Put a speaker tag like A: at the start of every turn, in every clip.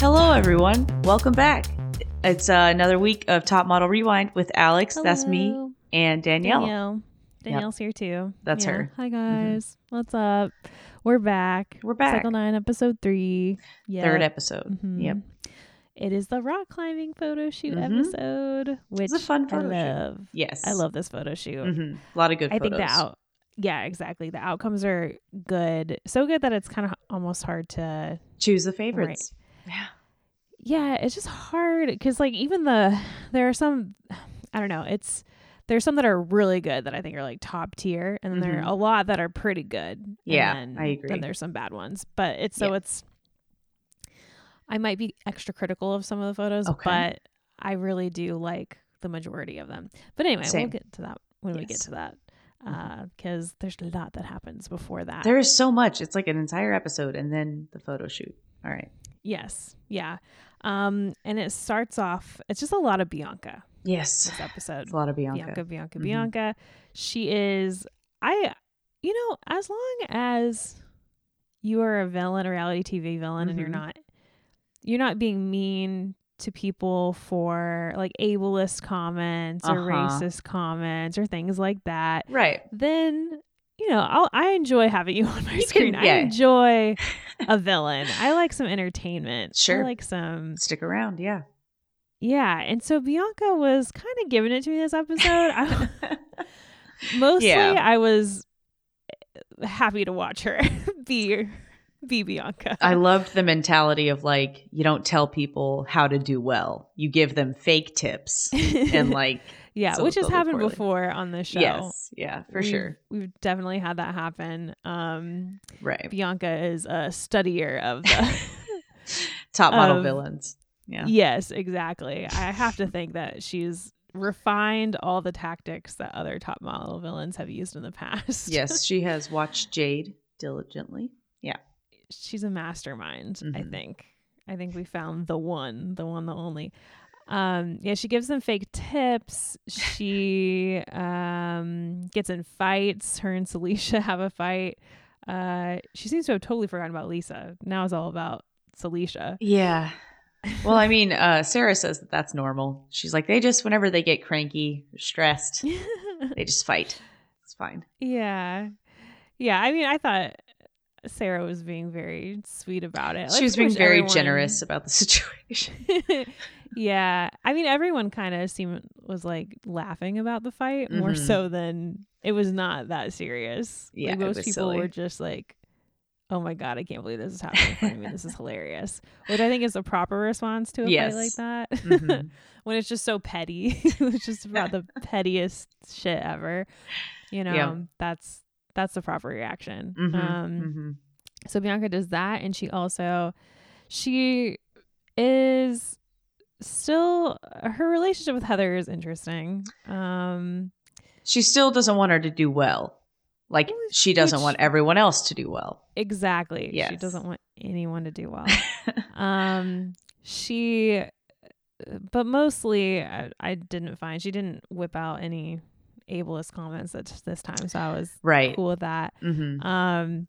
A: everyone. Welcome back. It's uh, another week of Top Model Rewind with Alex. That's me
B: Hello.
A: and Danielle.
B: Danielle. Danielle's here too.
A: That's her. Mm-hmm.
B: Hi guys. What's up? We're back.
A: We're back.
B: Cycle nine, episode three. Yeah. Mm-hmm.
A: Third episode. Yep.
B: It is the rock climbing photo shoot
A: Mhm.
B: episode, which
A: a fun photo shoot.
B: I love.
A: Yes.
B: I love this photo shoot.
A: Mhm. A lot of good
B: I
A: photos.
B: think the out. Yeah, exactly. The outcomes are good. So good that it's kind of almost hard to
A: Choose the favorites.
B: yeah it's just hard because like even the there are some i don't know it's there's some that are really good that i think are like top tier and then there are
A: Mhm.
B: a lot that are pretty good
A: Yeah,
B: and
A: I agree.
B: then there's some bad ones but it's so
A: Yeah.
B: it's i might be extra critical of some of the photos
A: Okay.
B: but i really do like the majority of them but anyway
A: Same.
B: we'll get to that when we get
A: Yes.
B: to that
A: Mhm.
B: because there's a lot that happens before that
A: There is so much. It's like an entire episode and then the photo shoot. All right.
B: yes yeah um and it starts off it's just a lot of bianca
A: Yes.
B: this episode.
A: It's a lot of Bianca.
B: Bianca, Bianca,
A: Mhm.
B: Bianca. She is I you know, as long as you are a villain, a reality TV villain and you're
A: Mhm.
B: not you're not being mean to people for like ableist comments or
A: Uh-huh.
B: racist comments or things like that,
A: Right.
B: then you know, I'll, I enjoy having you on my
A: You can-
B: screen. I
A: yeah.
B: enjoy a villain. I like some entertainment.
A: Sure.
B: I like some
A: Stick around. Yeah.
B: yeah, and so Bianca was kind of giving it to me this episode. I, mostly,
A: Yeah.
B: I was happy to watch her be be Bianca.
A: I loved the mentality of like, you don't tell people how to do well, you give them fake tips. And like,
B: yeah,
A: so
B: which has
A: totally
B: happened
A: correlated.
B: before on this show.
A: yes. Yeah, for
B: We've-
A: sure.
B: We've definitely had that happen. Um,
A: Right.
B: Bianca is a studier of the.
A: Top model
B: of-
A: villains. Yeah.
B: yes, exactly. I have to think that she's refined all the tactics that other top model villains have used in the past.
A: yes, she has watched Jade diligently.
B: she's a mastermind i
A: Mhm.
B: think i think we found the one the one the only um yeah she gives them fake tips she um gets in fights her and Celicia have a fight uh she seems to have totally forgotten about lisa now it's all about Celicia.
A: Yeah. Well, I mean, uh, Sarah says that that's normal. She's like, they just, whenever they get cranky, or stressed, they just fight. It's fine.
B: yeah yeah i mean i thought sarah was being very sweet about it Like,
A: she was
B: pretty
A: being
B: much
A: very
B: everyone-
A: generous about the situation.
B: yeah. I mean, everyone kind of seemed was like laughing about the fight more
A: Mhm.
B: so than it was not that serious. Like,
A: Yeah, it
B: most
A: was
B: people
A: silly.
B: were just like, "Oh my god, I can't believe this is happening in front of me. This is hilarious." Which I think is the proper response to a fight like
A: Yes.
B: that
A: Mhm.
B: when it's just so petty. it's just about the pettiest shit ever. You know,
A: Yeah.
B: that's that's the proper reaction.
A: Mhm.
B: Um,
A: Mhm.
B: so Bianca does that and she also she is still her relationship with Heather is interesting. Um
A: She still doesn't want her to do well. Like,
B: Well,
A: she doesn't
B: which-
A: want everyone else to do well.
B: exactly. She
A: Yes.
B: doesn't want anyone to do well. um she but mostly I, I didn't find she didn't whip out any ableist comments at this time so I was
A: Right.
B: cool with that.
A: hmm
B: Um,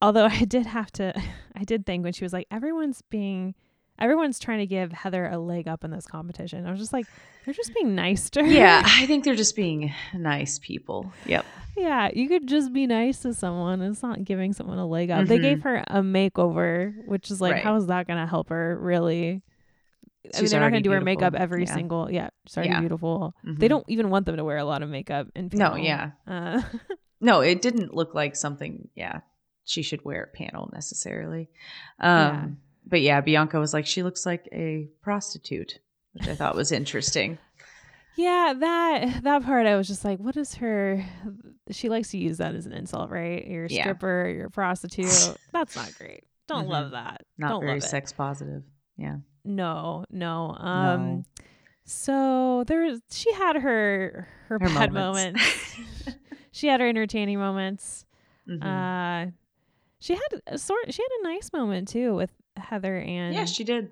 B: although I did have to, I did think when she was like, everyone's being, everyone's trying to give Heather a leg up in this competition. I was just like, they're just being nice to her.
A: Yeah, I think they're just being nice people. Yep.
B: yeah. You could just be nice to someone. It's not giving someone a leg up. They
A: Mhm.
B: gave her a makeover, which is like,
A: Right.
B: how is that going to help her really? I mean,
A: She's
B: they're not going
A: already
B: to do her
A: beautiful.
B: makeup every
A: Yeah.
B: single. Yeah, she's already
A: Yeah.
B: beautiful. They
A: Mhm.
B: don't even want them to wear a lot of makeup. In
A: No,
B: panel.
A: yeah.
B: Uh,
A: No, it didn't look like something, yeah, she should wear at panel necessarily. Um,
B: Yeah.
A: But yeah, Bianca was like, she looks like a prostitute, which I thought was interesting.
B: Yeah, that that part I was just like, what is her? She likes to use that as an insult, right? You're a
A: Yeah.
B: stripper, you're a prostitute. That's not great. Don't
A: Mhm.
B: love that.
A: Not
B: Don't
A: very
B: love it.
A: sex positive. Yeah.
B: No, no. Um,
A: No.
B: so there's she had her
A: Her
B: her, bad
A: moments.
B: moments. she had her entertaining moments.
A: Mhm.
B: Uh, she had a sort. She had a nice moment too with Heather and
A: yeah, she did.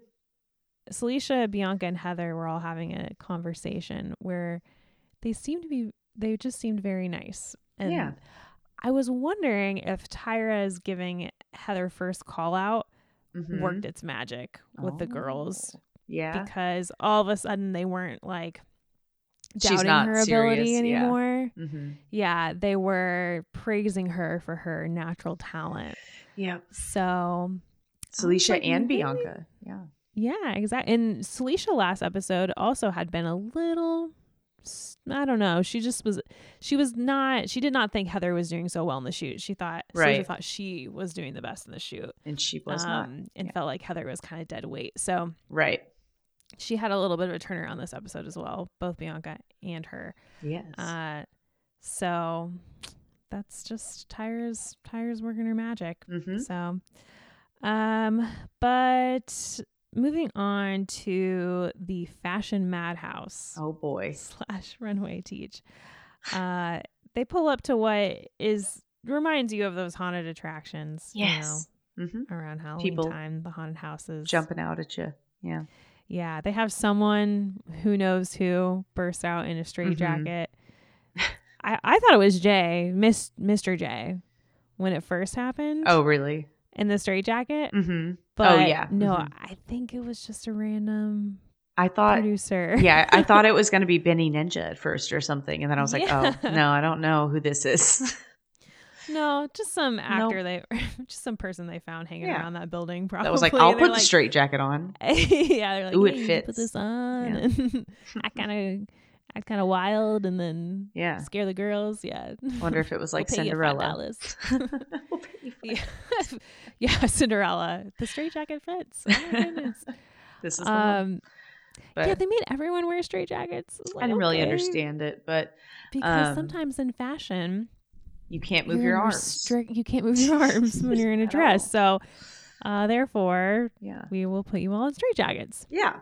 B: Celicia, Bianca, and Heather were all having a conversation where they seemed to be, they just seemed very nice. And
A: Yeah.
B: I was wondering if Tyra is giving Heather first call out
A: Mhm.
B: worked its magic with the girls
A: Oh, Yeah.
B: because all of a sudden they weren't like
A: She's
B: doubting
A: not
B: her ability
A: serious, yeah.
B: anymore.
A: mm-hmm.
B: Yeah, they were praising her for her natural talent.
A: Yeah.
B: So
A: Celicia
B: like,
A: and
B: "Really?"
A: Bianca. Yeah.
B: Yeah, exactly. And Celicia last episode also had been a little s- I don't know. She just was she was not she did not think Heather was doing so well in the shoot. She thought Celicia
A: Right.
B: thought she was doing the best in the shoot. um,
A: And she was not.
B: and
A: Yeah.
B: felt like Heather was kind of dead weight. So
A: Right.
B: she had a little bit of a turnaround this episode as well, both Bianca and her.
A: Yes.
B: Uh so that's just tires tires working her magic.
A: mm-hmm.
B: So, um, but moving on to the fashion madhouse
A: Oh boy.
B: slash runway teach, uh, they pull up to what is reminds you of those haunted attractions. you know,
A: Yes. Mm-hmm.
B: around Halloween
A: People
B: time, the haunted houses.
A: Jumping out at you. Yeah.
B: Yeah, they have someone who knows who burst out in a
A: Mm-hmm.
B: straitjacket. I, I thought it was Jay, Miss Mr. J, when it first happened.
A: Oh really?
B: in the straitjacket.
A: Mm-hmm.
B: But
A: yeah.
B: No,
A: Mhm.
B: I think it was just a random
A: I thought.
B: producer.
A: Uh, yeah, I thought it was going to be Benny Ninja at first or something, and then I was like, oh
B: Yeah.
A: no, I don't know who this is.
B: no, just some actor they, just some person they found hanging
A: Yeah.
B: around that building. Probably.
A: that was like, I'll
B: and they're
A: put the straight jacket on.
B: yeah, they're like,
A: Ooh, it
B: "Hey, you can Put
A: fits."
B: this on.
A: Yeah.
B: And I kind of, I kind of wild, and then
A: Yeah.
B: scare the girls. Yeah.
A: Wonder if it was
B: We'll
A: like
B: pay you
A: Cinderella.
B: $5.
A: We'll pay you five.
B: yeah. yeah, Cinderella. The straitjacket fits. Oh my goodness.
A: This is the one.
B: um,
A: But
B: yeah, they made everyone wear straitjackets. It's
A: I
B: like,
A: didn't really
B: okay.
A: understand it, but
B: because
A: um,
B: sometimes in fashion,
A: you can't move
B: you're
A: your
B: in
A: arms.
B: restrict- you can't move your arms when you're in a
A: At
B: dress. So, uh, therefore,
A: yeah.
B: we will put you all in straitjackets.
A: Yeah.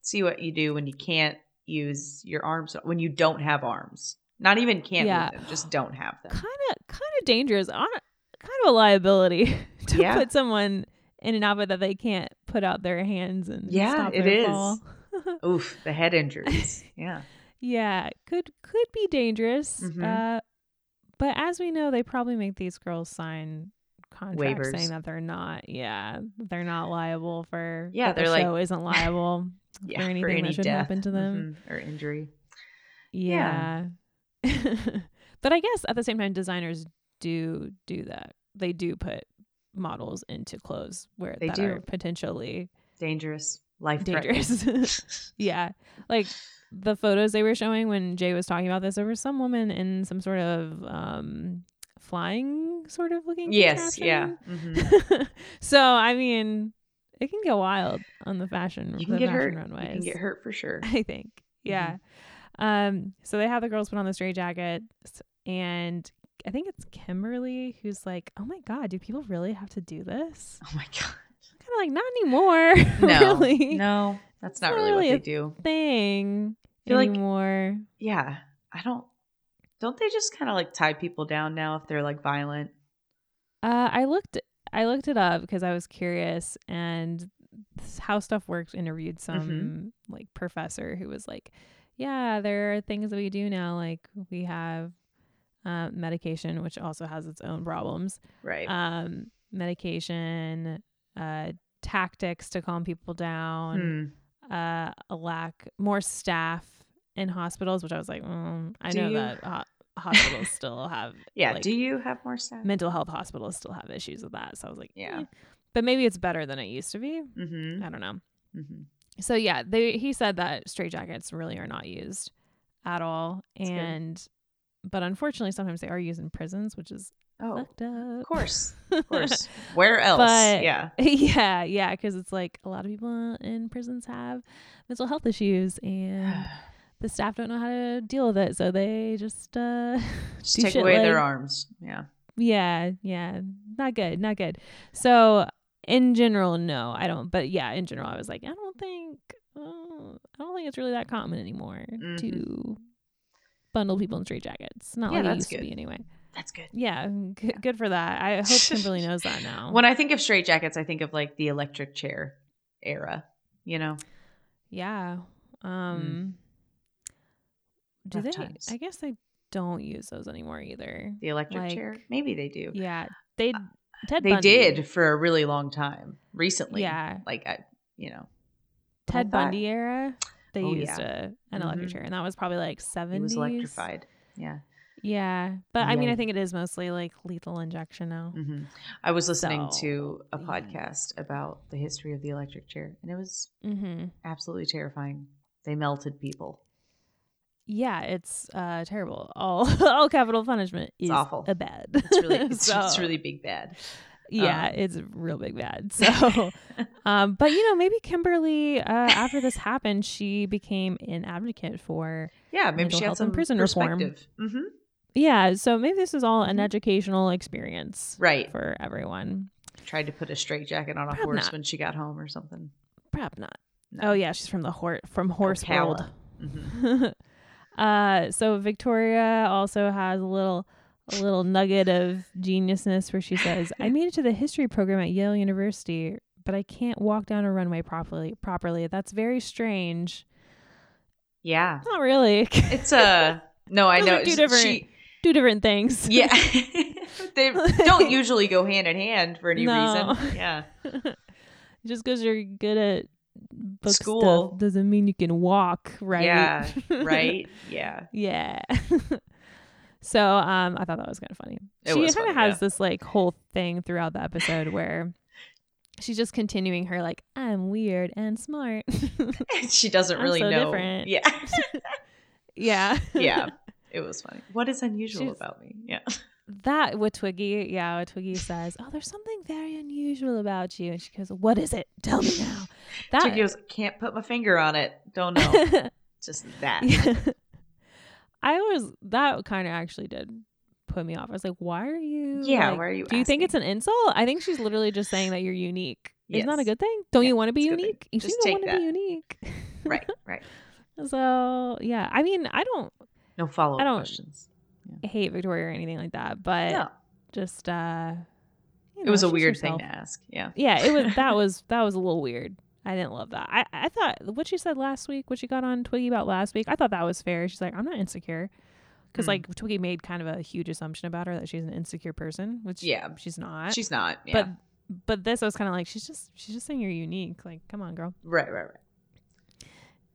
A: See what you do when you can't use your arms when you don't have arms. Not even can't
B: Yeah.
A: move them, just don't have them.
B: Kind of, kind of dangerous. hon- Kind of a liability to
A: Yeah.
B: put someone in an outfit that they can't put out their hands and
A: Yeah,
B: stop
A: it
B: their
A: is.
B: fall.
A: Oof, the head injuries. Yeah.
B: yeah, could could be dangerous.
A: Mhm.
B: Uh, but as we know, they probably make these girls sign contracts
A: Waivers.
B: saying that they're not. Yeah, they're not liable for.
A: Yeah,
B: that the
A: they're like-
B: show isn't liable.
A: Yeah.
B: anything that should happen to them.
A: mhm, or injury.
B: Yeah. but I guess at the same time, designers do do that. They do put models into clothes where
A: They
B: that
A: do.
B: are potentially
A: Dangerous. Life
B: dangerous. yeah, like the photos they were showing when Jay was talking about this. There was some woman in some sort of um, flying sort of looking.
A: yes, yeah.
B: contraption.
A: mhm.
B: so I mean, it can go wild on the fashion.
A: You can
B: the
A: get
B: fashion
A: hurt.
B: Runways.
A: You can get hurt for sure.
B: I think. Yeah. Um, so they have the girls put on the stray jackets and I think it's Kimberly who's like, Oh my god, do people really have to do this?
A: Oh my god.
B: Kind of like, not anymore.
A: No.
B: really.
A: No, that's not
B: not
A: really
B: really
A: what
B: a
A: they do.
B: Thing
A: You're like-
B: anymore.
A: Yeah. I don't don't they just kind of like tie people down now if they're like violent?
B: uh, I looked I looked it up because I was curious and s- how stuff works interviewed some like professor who was like, Yeah, there are things that we do now, like we have uh, medication, which also has its own problems.
A: Right.
B: um, medication, uh, tactics to calm people down,
A: Hmm.
B: uh, a lack more staff in hospitals, which I was like, mm, I
A: Do
B: know
A: you-
B: that ho- hospitals still have
A: Yeah.
B: like,
A: do you have more staff?
B: mental health hospitals still have issues with that. So I was like,
A: Yeah.
B: eh. but maybe it's better than it used to be.
A: mm-hmm.
B: I don't know.
A: Mm-hmm.
B: So yeah, they he said that straitjackets really are not used at all,
A: good.
B: and but unfortunately sometimes they are used in prisons, which is
A: Oh,
B: fucked up.
A: of course. Of course. Where else?
B: But-
A: yeah.
B: yeah, yeah, because it's like a lot of people in prisons have mental health issues,
A: um,
B: and the staff don't know how to deal with it, so they just uh,
A: Just
B: do
A: take
B: shit
A: away their
B: like-
A: arms. Yeah.
B: yeah, yeah, not good, not good. So in general, no, I don't. But yeah, in general, I was like, I don't think, uh, I don't think it's really that common anymore
A: Mhm.
B: to bundle people in straitjackets. Not
A: Yeah,
B: like it
A: that's
B: used to
A: good.
B: be anyway.
A: That's good.
B: Yeah, g- good for that. I hope Kimberly knows that now.
A: When I think of straight jackets, I think of like the electric chair era, you know?
B: Yeah.
A: Mm.
B: Um do
A: Rough
B: they
A: times.
B: I guess they don't use those anymore either.
A: The electric
B: Like-
A: chair. Maybe they do. Uh,
B: Yeah. They Ted
A: They
B: Bundy.
A: did for a really long time recently.
B: Yeah.
A: Like, I, you know,
B: Ted
A: I thought-
B: Bundy era. They
A: Oh,
B: used a, an electric
A: Mhm.
B: chair, and that was probably like seventies.
A: he was electrified. Yeah.
B: Yeah, but I mean, I
A: Yay.
B: think it is mostly like lethal injection now.
A: hmm I was listening
B: So,
A: to a
B: yeah.
A: podcast about the history of the electric chair, and it was
B: Mm-hmm.
A: absolutely terrifying. They melted people.
B: Yeah, it's uh, terrible. All all capital punishment is
A: awful.
B: a bad.
A: It's really, it's, it's
B: So,
A: really big bad.
B: yeah,
A: um,
B: it's a real big bad. So, um, but you know, maybe Kimberly, uh, after this happened, she became an advocate for.
A: Yeah, maybe
B: mental
A: she
B: health
A: had
B: and
A: some
B: prison
A: prison
B: reform.
A: perspective. hmm
B: Yeah, so maybe this is all an
A: Mhm.
B: educational experience
A: Right.
B: for everyone.
A: Tried to put a straitjacket on a
B: Probably
A: horse
B: not.
A: when she got home or something.
B: Perhaps not.
A: No.
B: Oh yeah, she's from the hor- from horse world.
A: Ocala. Mhm.
B: uh, so Victoria also has a little a little nugget of geniusness where she says, "I made it to the history program at Yale University, but I can't walk down a runway properly. Properly, that's very strange.
A: Yeah.
B: Not really.
A: It's uh no, I
B: Those
A: know
B: are two
A: it's-
B: different-
A: she-
B: Two different things.
A: yeah. they don't usually go hand in hand for any
B: No.
A: reason. Yeah.
B: Just because you're good at book
A: School.
B: stuff doesn't mean you can walk, right?
A: Yeah. Right? Yeah.
B: Yeah. so um, I thought that was kind of funny.
A: It
B: she
A: was
B: kind of
A: funny,
B: has
A: yeah.
B: this like whole thing throughout the episode where she's just continuing her like I'm weird and smart.
A: she doesn't
B: I'm
A: really
B: so
A: know.
B: different.
A: Yeah.
B: yeah.
A: yeah. It was funny. What is unusual
B: She's-
A: about me? Yeah.
B: That what Twiggy, yeah, what Twiggy says, "Oh, there's something very unusual about you." And she goes, "What is it? Tell me now." That
A: She goes, can't put my finger on it. Don't know. Just that.
B: I was that kind of actually did put me off. I was like, "Why are you
A: Yeah,
B: like,
A: why are you
B: Do you think it's
A: asking?
B: an insult? I think she's literally just saying that you're unique. Isn't that a
A: Yes.
B: good thing? Don't
A: Yeah,
B: you want to be
A: it's a good thing.
B: unique? You
A: Just
B: don't want
A: take
B: to be unique.
A: right, right.
B: so yeah, I mean, I don't
A: No follow
B: I
A: up
B: don't-
A: questions.
B: hate Victoria or anything like that, but
A: No.
B: just uh, you
A: It was
B: know,
A: a
B: she's
A: weird
B: herself.
A: thing to ask. Yeah.
B: Yeah, it was. That was that was a little weird. I didn't love that. I, I thought what she said last week, what she got on Twiggy about last week, I thought that was fair. She's like, I'm not insecure, because
A: Mm.
B: like Twiggy made kind of a huge assumption about her that she's an insecure person, which
A: Yeah.
B: she's not.
A: She's not. Yeah.
B: but but this I was kind of like she's just she's just saying you're unique. Like, come on, girl.
A: right, right,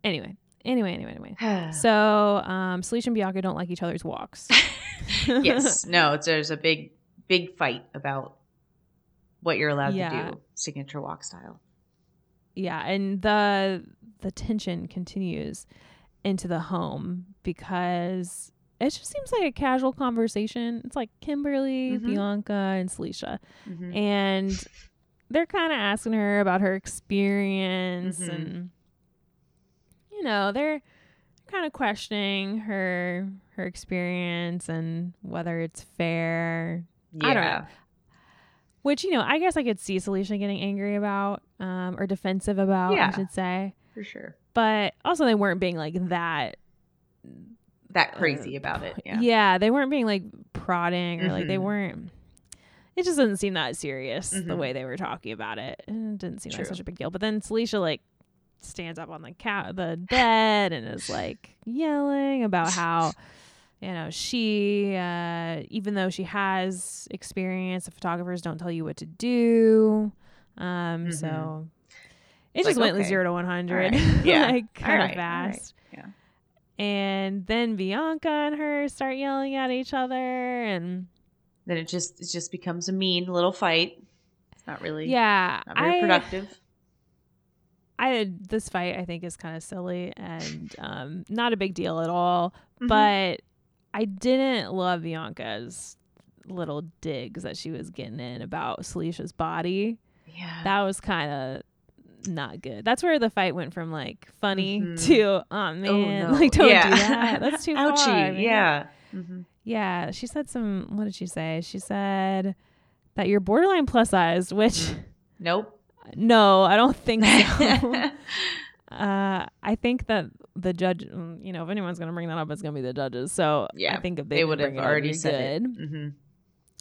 B: Anyway, anyway, anyway, anyway.
A: right.
B: So, um, Salisha and Bianca don't like each other's walks.
A: yes. No, it's, there's a big, big fight about what you're allowed
B: Yeah.
A: to do, signature walk style.
B: yeah, and the the tension continues into the home because it just seems like a casual conversation. It's like Kimberly,
A: Mhm.
B: Bianca, and Salisha,
A: Mhm.
B: and they're kind of asking her about her experience
A: Mhm.
B: and you know they're kind of questioning her her experience and whether it's fair
A: Yeah.
B: I don't know. which you know i guess i could see Salisha getting angry about um, or defensive about i
A: Yeah.
B: should say
A: For sure.
B: but also they weren't being like that Uh,
A: That crazy about it. Yeah.
B: they weren't being like prodding or like they
A: Mhm.
B: weren't it just doesn't seem that serious the
A: Mhm.
B: way they were talking about it and it didn't seem like
A: True.
B: such a big deal but then Salisha like stands up on the cat the bed and is like yelling about how you know she uh even though she has experience the photographers don't tell you what to do um so it
A: It's
B: just
A: Mm-hmm. like,
B: went like
A: okay.
B: zero to 100
A: Alright. Yeah.
B: like kind
A: Alright, alright.
B: of fast
A: Yeah.
B: and then bianca and her start yelling at each other and
A: Then it just it just becomes a mean little fight. It's not really
B: yeah
A: not very
B: I,
A: productive.
B: I this fight i think is kind of silly and um not a big deal at all
A: Mhm.
B: but i didn't love bianca's little digs that she was getting in about Salisha's body
A: yeah.
B: that was kind of not good. That's where the fight went from like funny
A: Mhm.
B: to oh man,
A: no.
B: like don't
A: Yeah.
B: do that. That's too
A: Ouchie.
B: far. man."
A: Yeah. Mhm.
B: yeah. She said some. What did she say? She said that you're borderline plus sized, which
A: Mm. Nope.
B: no, I don't think so. uh, I think that the judge, mm, you know, if anyone's gonna bring that up, it's gonna be the judges. So
A: Yeah,
B: I think if they,
A: they
B: did
A: would have
B: bring it up,
A: already
B: you're
A: said
B: good.
A: it. hmm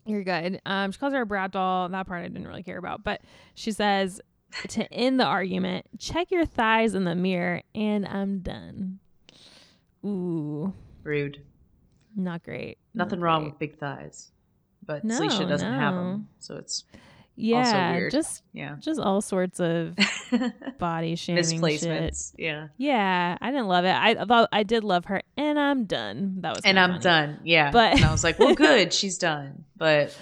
B: You're good. Um, she calls her a brat doll. That part I didn't really care about, but she says to end the argument, check your thighs in the mirror, and I'm done. Ooh,
A: Rude.
B: not great.
A: Nothing
B: Not
A: wrong
B: great.
A: with big thighs. but
B: No,
A: Celicia doesn't have
B: no.
A: them, so it's
B: Yeah,
A: weird.
B: just
A: yeah,
B: just all sorts of body shaming shit.
A: misplacements. Yeah,
B: Yeah, I didn't love it. I thought I did love her, and I'm done. That was
A: and
B: kinda
A: I'm
B: funny.
A: done. Yeah,
B: But-
A: and I was like, well, good, she's done, but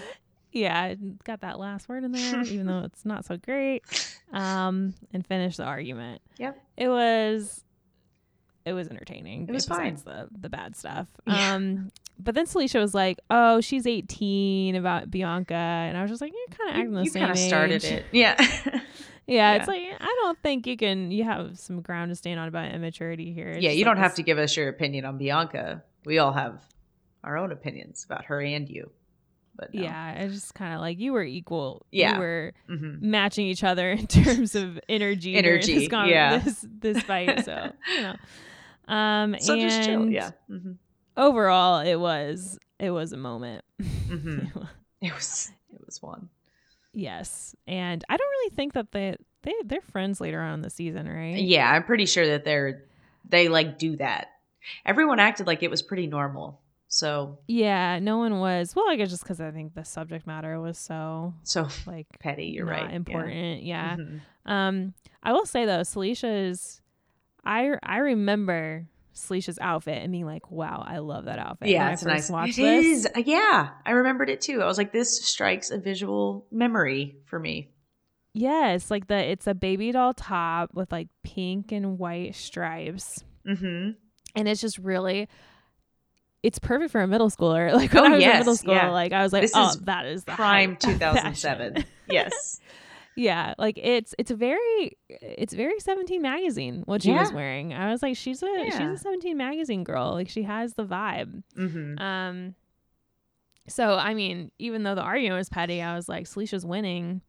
B: Yeah, I got that last word in there, even though it's not so great. Um, and finish the argument.
A: Yep.
B: It was, it was entertaining.
A: It was
B: besides The the bad stuff.
A: Yeah.
B: Um, but then Celicia was like, "Oh, she's 18 about Bianca," and I was just like, "You're kind of acting
A: you,
B: the
A: you
B: same."
A: kind of started
B: age."
A: it. Yeah,
B: Yeah,
A: Yeah.
B: it's like I don't think you can. You have some ground to stand on about immaturity here. It's
A: yeah,
B: just
A: you
B: like
A: don't have
B: this-
A: to give us your opinion on Bianca. We all have our own opinions about her and you. But no.
B: Yeah, it's just kind of like you were equal.
A: Yeah.
B: you were
A: Mhm.
B: matching each other in terms of energy. during
A: Energy,
B: this con-
A: yeah.
B: this, this fight. So you know, um,
A: So
B: and
A: just chill. Yeah, hmm
B: overall, it was it was a moment.
A: Mhm. it was it was one.
B: yes, and I don't really think that they they they're friends later on in the season, right?
A: Yeah, I'm pretty sure that they're they like do that. Everyone acted like it was pretty normal. So
B: Yeah, no one was. Well, I guess just because I think the subject matter was so
A: so
B: like
A: petty. You're
B: not
A: right. Yeah.
B: important. Yeah.
A: Mhm.
B: Um, I will say though, Salisha's, I I remember Salisha's outfit and being like, wow, I love that outfit.
A: Yeah,
B: when
A: it's
B: I
A: nice.
B: first watched
A: It
B: this,
A: is. Uh, Yeah, I remembered it too. I was like, this strikes a visual memory for me.
B: Yes, like the it's a baby doll top with like pink and white stripes,
A: Mm-hmm.
B: and it's just really. It's perfect for a middle schooler. Like
A: Oh,
B: when I was in
A: yes,
B: middle school,
A: yeah.
B: like I was like,
A: This
B: "Oh,
A: is
B: that is the
A: Prime
B: height of fashion."
A: 2007. yes.
B: Yeah, like it's it's very it's very Seventeen magazine what she was wearing. I was like, she's a
A: Yeah.
B: she's a Seventeen magazine girl. Like she has the vibe.
A: Mm-hmm.
B: Um, so I mean, even though the argument was petty, I was like, Salisha's winning.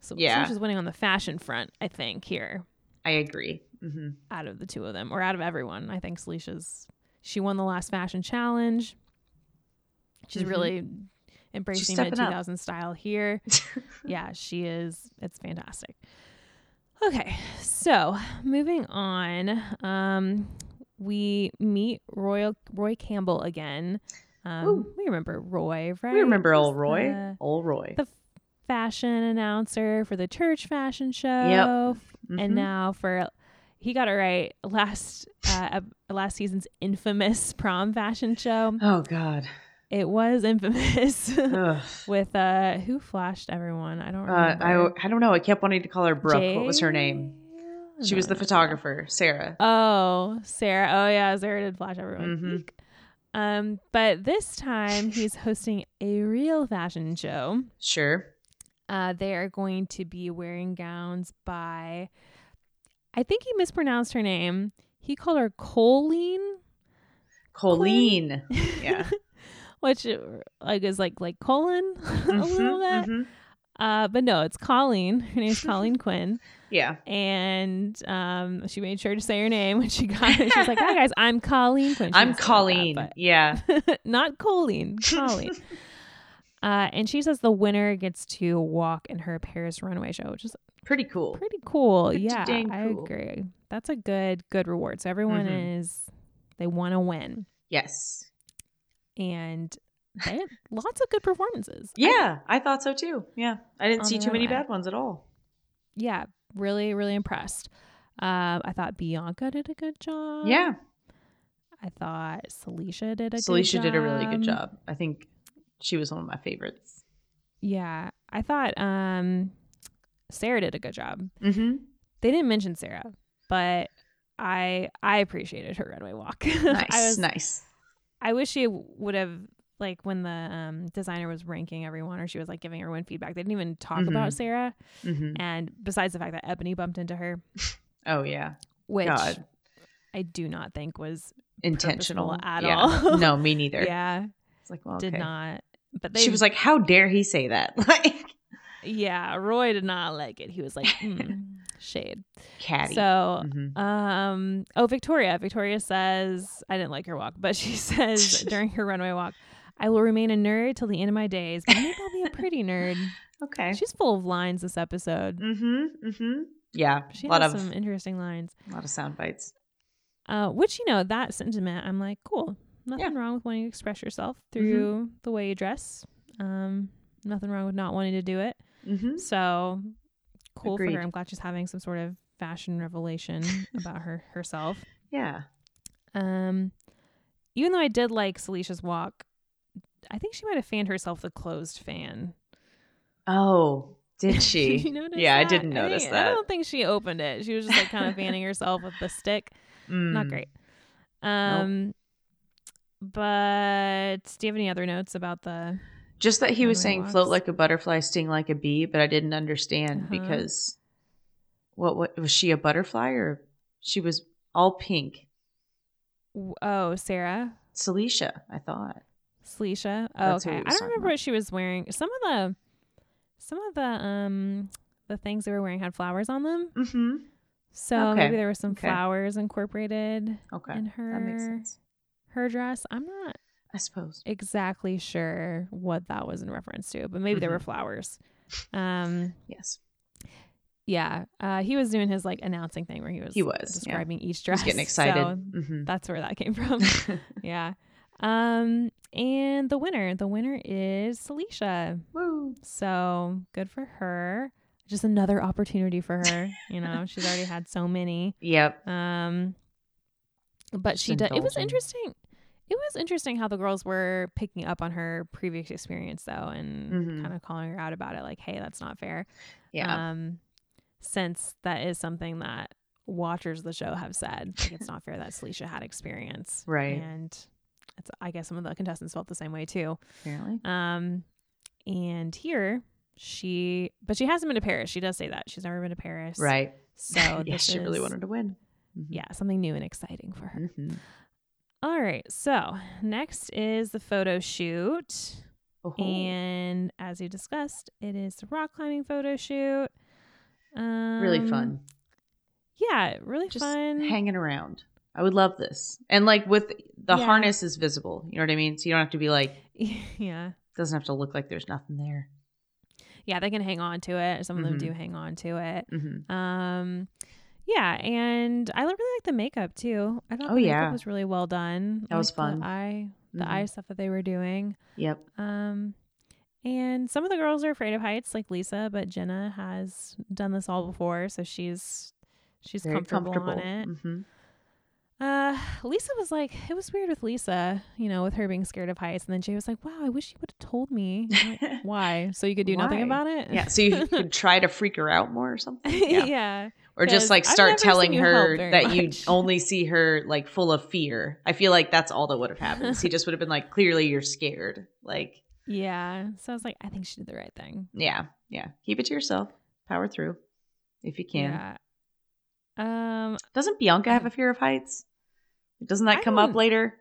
B: So
A: Yeah.
B: Salisha's winning on the fashion front, I think here
A: I agree. Mm-hmm.
B: out of the two of them, or out of everyone. I think Salisha's she won the last fashion challenge. She's
A: Mhm.
B: really embracing mid
A: stepping
B: two
A: up.
B: thousand style here. yeah, she is. It's fantastic. Okay, so moving on, um, we meet Royal Roy Campbell again. Um,
A: Ooh.
B: we remember Roy, right?
A: We remember
B: He's
A: old Roy.
B: the
A: old Roy.
B: the fashion announcer for the church fashion show and
A: Mhm.
B: now for he got it right last uh ep- last season's infamous prom fashion show
A: oh God.
B: it was infamous
A: Ugh.
B: with uh who flashed everyone i don't
A: Uh,
B: remember
A: I I don't know. I kept wanting to call her Brooke. What was her name?
B: Jay-
A: She was the
B: No, no, no.
A: photographer, Sarah.
B: oh sarah oh yeah sarah did flash everyone
A: Mhm.
B: Eek. um but this time he's hosting a real fashion show
A: Sure.
B: Uh, they are going to be wearing gowns by, I think he mispronounced her name. He called her Colleen,
A: Colleen. Yeah.
B: which uh, like is like like colon a little
A: Mhm,
B: bit.
A: mhm.
B: Uh, but no, it's Colleen. Her name's Colleen Quinn,
A: Yeah.
B: and um, she made sure to say her name when she got it. She was like, "Hi guys, I'm Colleen Quinn." She
A: I'm
B: didn't say
A: Colleen.
B: it like that, but-
A: yeah.
B: not Colleen, Colleen. uh, and she says the winner gets to walk in her Paris runway show, which is
A: Pretty cool.
B: pretty cool.
A: Pretty
B: yeah,
A: dang
B: I
A: cool.
B: agree. That's a good good reward. So everyone
A: Mhm.
B: is they want to win,
A: Yes.
B: and they had lots of good performances.
A: Yeah, I thought so too. Yeah. I didn't
B: On
A: see
B: the
A: too many
B: runway.
A: bad ones at all.
B: Yeah, really really impressed. Um, I thought Bianca did a good job.
A: Yeah.
B: I thought Celicia did a
A: Celicia
B: good job.
A: did a really good job. I think she was one of my favorites.
B: Yeah, I thought um, Sarah did a good job.
A: Mm-hmm.
B: They didn't mention Sarah, but I I appreciated her runway walk.
A: Nice.
B: I was
A: nice.
B: I wish she would have like when the um, designer was ranking everyone or she was like giving everyone feedback. They didn't even talk
A: Mhm.
B: about Sarah.
A: hmm
B: And besides the fact that Ebony bumped into her,
A: Oh yeah.
B: which
A: God.
B: I do not think was
A: Intentional
B: Purposeful at
A: yeah.
B: all.
A: no, me neither.
B: yeah
A: It's like, well,
B: did
A: okay.
B: not. But they
A: she was like, "How dare he say that?" Like,
B: yeah, Roy did not like it. He was like mm, shade.
A: catty.
B: So.
A: Mhm.
B: Um. Oh, Victoria. Victoria says I didn't like her walk, but she says during her runway walk, "I will remain a nerd till the end of my days. But maybe I'll be a pretty nerd."
A: Okay.
B: She's full of lines this episode.
A: Mm-hmm. Mm-hmm. Yeah.
B: She
A: a lot
B: has
A: of
B: some interesting lines.
A: a lot of sound bites.
B: Uh, which you know
A: Mm-hmm.
B: that sentiment, I'm like, cool. Nothing wrong with wanting to express yourself through the way you dress. Um, nothing wrong with not wanting to do it.
A: Mm-hmm.
B: So cool for
A: Agreed.
B: her. I'm glad she's having some sort of fashion revelation about her herself.
A: Yeah.
B: Um, even though I did like Salisha's walk, I think she might have fanned herself the closed fan.
A: Oh, did
B: Did
A: she?
B: you notice
A: yeah, I
B: that?
A: didn't notice
B: think- I
A: that.
B: don't think she opened it. She was just like kind of fanning herself with the stick. Not
A: Mm.
B: great. Um, but do you have any other notes about the?
A: Just that he was
B: Runway
A: saying float
B: walks.
A: like a butterfly, sting like a bee, but I didn't understand
B: Uh-huh.
A: because what what was she a butterfly or she was all pink.
B: Oh, Sarah,
A: Celicia, I thought.
B: Sleisha. Oh,
A: That's who
B: okay.
A: he was
B: I don't
A: talking
B: remember
A: about.
B: what she was wearing. Some of the, some of the um, the things they were wearing had flowers on them.
A: Mm-hmm.
B: So
A: Okay.
B: maybe there were some
A: Okay.
B: flowers incorporated
A: Okay.
B: in her
A: That makes sense.
B: her dress. I'm not
A: Mm. I suppose.
B: exactly sure what that was in reference to, but maybe there were
A: Mhm.
B: flowers. Um,
A: Yes.
B: yeah. Uh, he was doing his like announcing thing where he was
A: He was, yeah.
B: describing each
A: He's
B: dress.
A: getting excited.
B: So that's where that came from.
A: hmm
B: yeah. Um, and the winner, the winner is Celicia.
A: Woo.
B: So good for her. Just another opportunity for her. You know, she's already had so many.
A: Yep.
B: Um, but
A: Just
B: she did. It was
A: indulging.
B: interesting. It was interesting how the girls were picking up on her previous experience, though, and
A: Mhm.
B: kind of calling her out about it, like, "Hey, that's not fair."
A: Yeah.
B: Um, since that is something that watchers of the show have said, like, it's not fair that Celicia had experience,
A: Right.
B: And it's, I guess some of the contestants felt the same way too.
A: Apparently.
B: Um, and here she, but she hasn't been to Paris. She does say that she's never been to Paris,
A: Right.
B: So
A: yeah,
B: this
A: she really
B: is-
A: wanted to win. Mhm.
B: Yeah, something new and exciting for her.
A: Mhm.
B: All right. So next is the photo shoot.
A: Oh,
B: And as you discussed, it is the rock climbing photo shoot. Um,
A: really fun.
B: Yeah, really
A: Just
B: fun.
A: hanging around. I would love this. And like with the
B: Yeah.
A: harness is visible. You know what I mean? So you don't have to be like
B: yeah.
A: doesn't have to look like there's nothing there.
B: Yeah, they can hang on to it. Some of
A: Mhm.
B: them do hang on to it.
A: hmm
B: Um, yeah, and I li- really like the makeup too. I thought
A: Oh,
B: the
A: yeah.
B: makeup was really well done.
A: That was
B: Like the
A: fun.
B: eye, the eye stuff that they were doing.
A: Mm-hmm. Yep.
B: Um, and some of the girls are afraid of heights, like Lisa, but Jenna has done this all before, so she's she's
A: Very
B: comfortable,
A: comfortable.
B: on it.
A: Mhm.
B: Uh, Lisa was like, it was weird with Lisa, you know, with her being scared of heights, and then Jay was like, "Wow, I wish you would have told me." I'm like, Why? So you could do nothing
A: Why?
B: about it?
A: Mm-hmm. Yeah. So you could try to freak her out more or something.
B: yeah.
A: Yeah. Or just
B: 'cause
A: like
B: I've
A: start
B: never
A: telling
B: seen you help
A: her
B: very
A: that you
B: much.
A: only see her like full of fear. I feel like that's all that would have happened. he just would have been like, clearly you're scared. Like,
B: Yeah. So I was like, I think she did the right thing.
A: yeah, yeah. Keep it to yourself. Power through if you can.
B: Yeah. Um.
A: Doesn't Bianca have a fear of heights? Doesn't that
B: I
A: come up
B: don't-
A: later?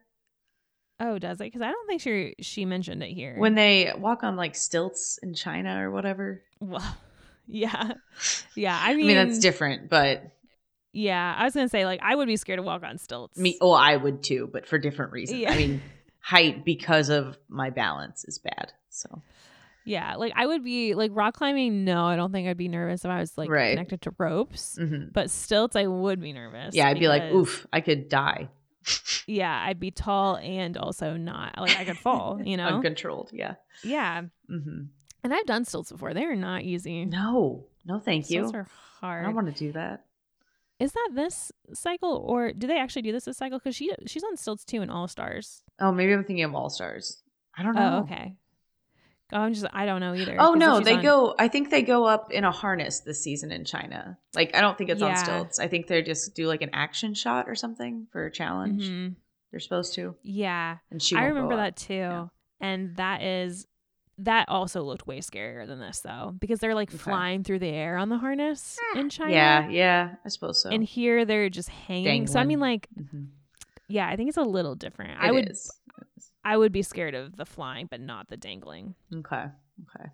B: Oh, does it? Because I don't think she she mentioned it here.
A: When they walk on like stilts in China or whatever.
B: well, yeah, yeah. I
A: I
B: mean,
A: mean, that's different, but
B: Yeah, I was gonna say like I would be scared to walk on stilts.
A: me, oh, I would too, but for different reasons.
B: Yeah.
A: I mean, height because of my balance is bad. So,
B: Yeah, like I would be like rock climbing. No, I don't think I'd be nervous if I was like
A: Right.
B: connected to ropes.
A: mhm.
B: But stilts, I would be nervous.
A: yeah, I'd be like,
B: because-
A: oof, I could die
B: Yeah, I'd be tall and also not like I could fall. You know.
A: uncontrolled. Yeah.
B: Yeah,
A: hmm
B: and I've done stilts before. They're not easy.
A: No, no, thank you.
B: Stilts are
A: I
B: hard.
A: don't want to do that.
B: Is that this cycle, or do they actually do this this cycle? Because she she's on stilts too in All Stars.
A: Oh, maybe I'm thinking of All Stars. I don't know.
B: Oh, okay. Oh, I'm just I don't know either.
A: Oh
B: 'cause if
A: no,
B: she's
A: they
B: on-
A: go. I think they go up in a harness this season in China. Like I don't think it's
B: Yeah.
A: on stilts. I think they just do like an action shot or something for a challenge.
B: Mhm.
A: They're supposed to.
B: Yeah,
A: And she.
B: I
A: won't go
B: remember
A: up.
B: that too, and that is that also looked way scarier than this though because they're like
A: Okay. Ah,
B: flying through the air on the harness in China.
A: Yeah, yeah, I suppose so.
B: And here they're just hanging. So I mean,
A: Dangling.
B: like,
A: Mhm.
B: yeah, I think it's a little different. I
A: It
B: would,
A: is.
B: I would be scared of the flying, but not the dangling.
A: Okay. Okay.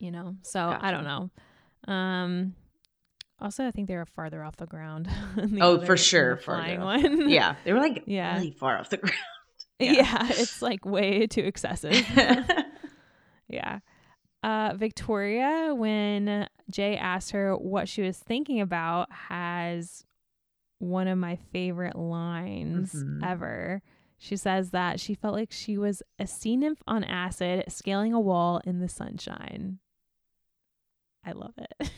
B: you know so i
A: Gotcha.
B: don't know um also i think they were farther off the ground than the
A: Oh,
B: other-
A: for
B: than
A: sure,
B: the
A: farther
B: flying
A: off
B: one
A: Yeah, they were like
B: Yeah.
A: really far off the ground.
B: yeah.
A: Yeah.
B: it's like way too excessive yeah uh victoria when jay asked her what she was thinking about has one of my favorite lines
A: Mhm.
B: ever She says that she felt like she was a sea nymph on acid scaling a wall in the sunshine. I love it.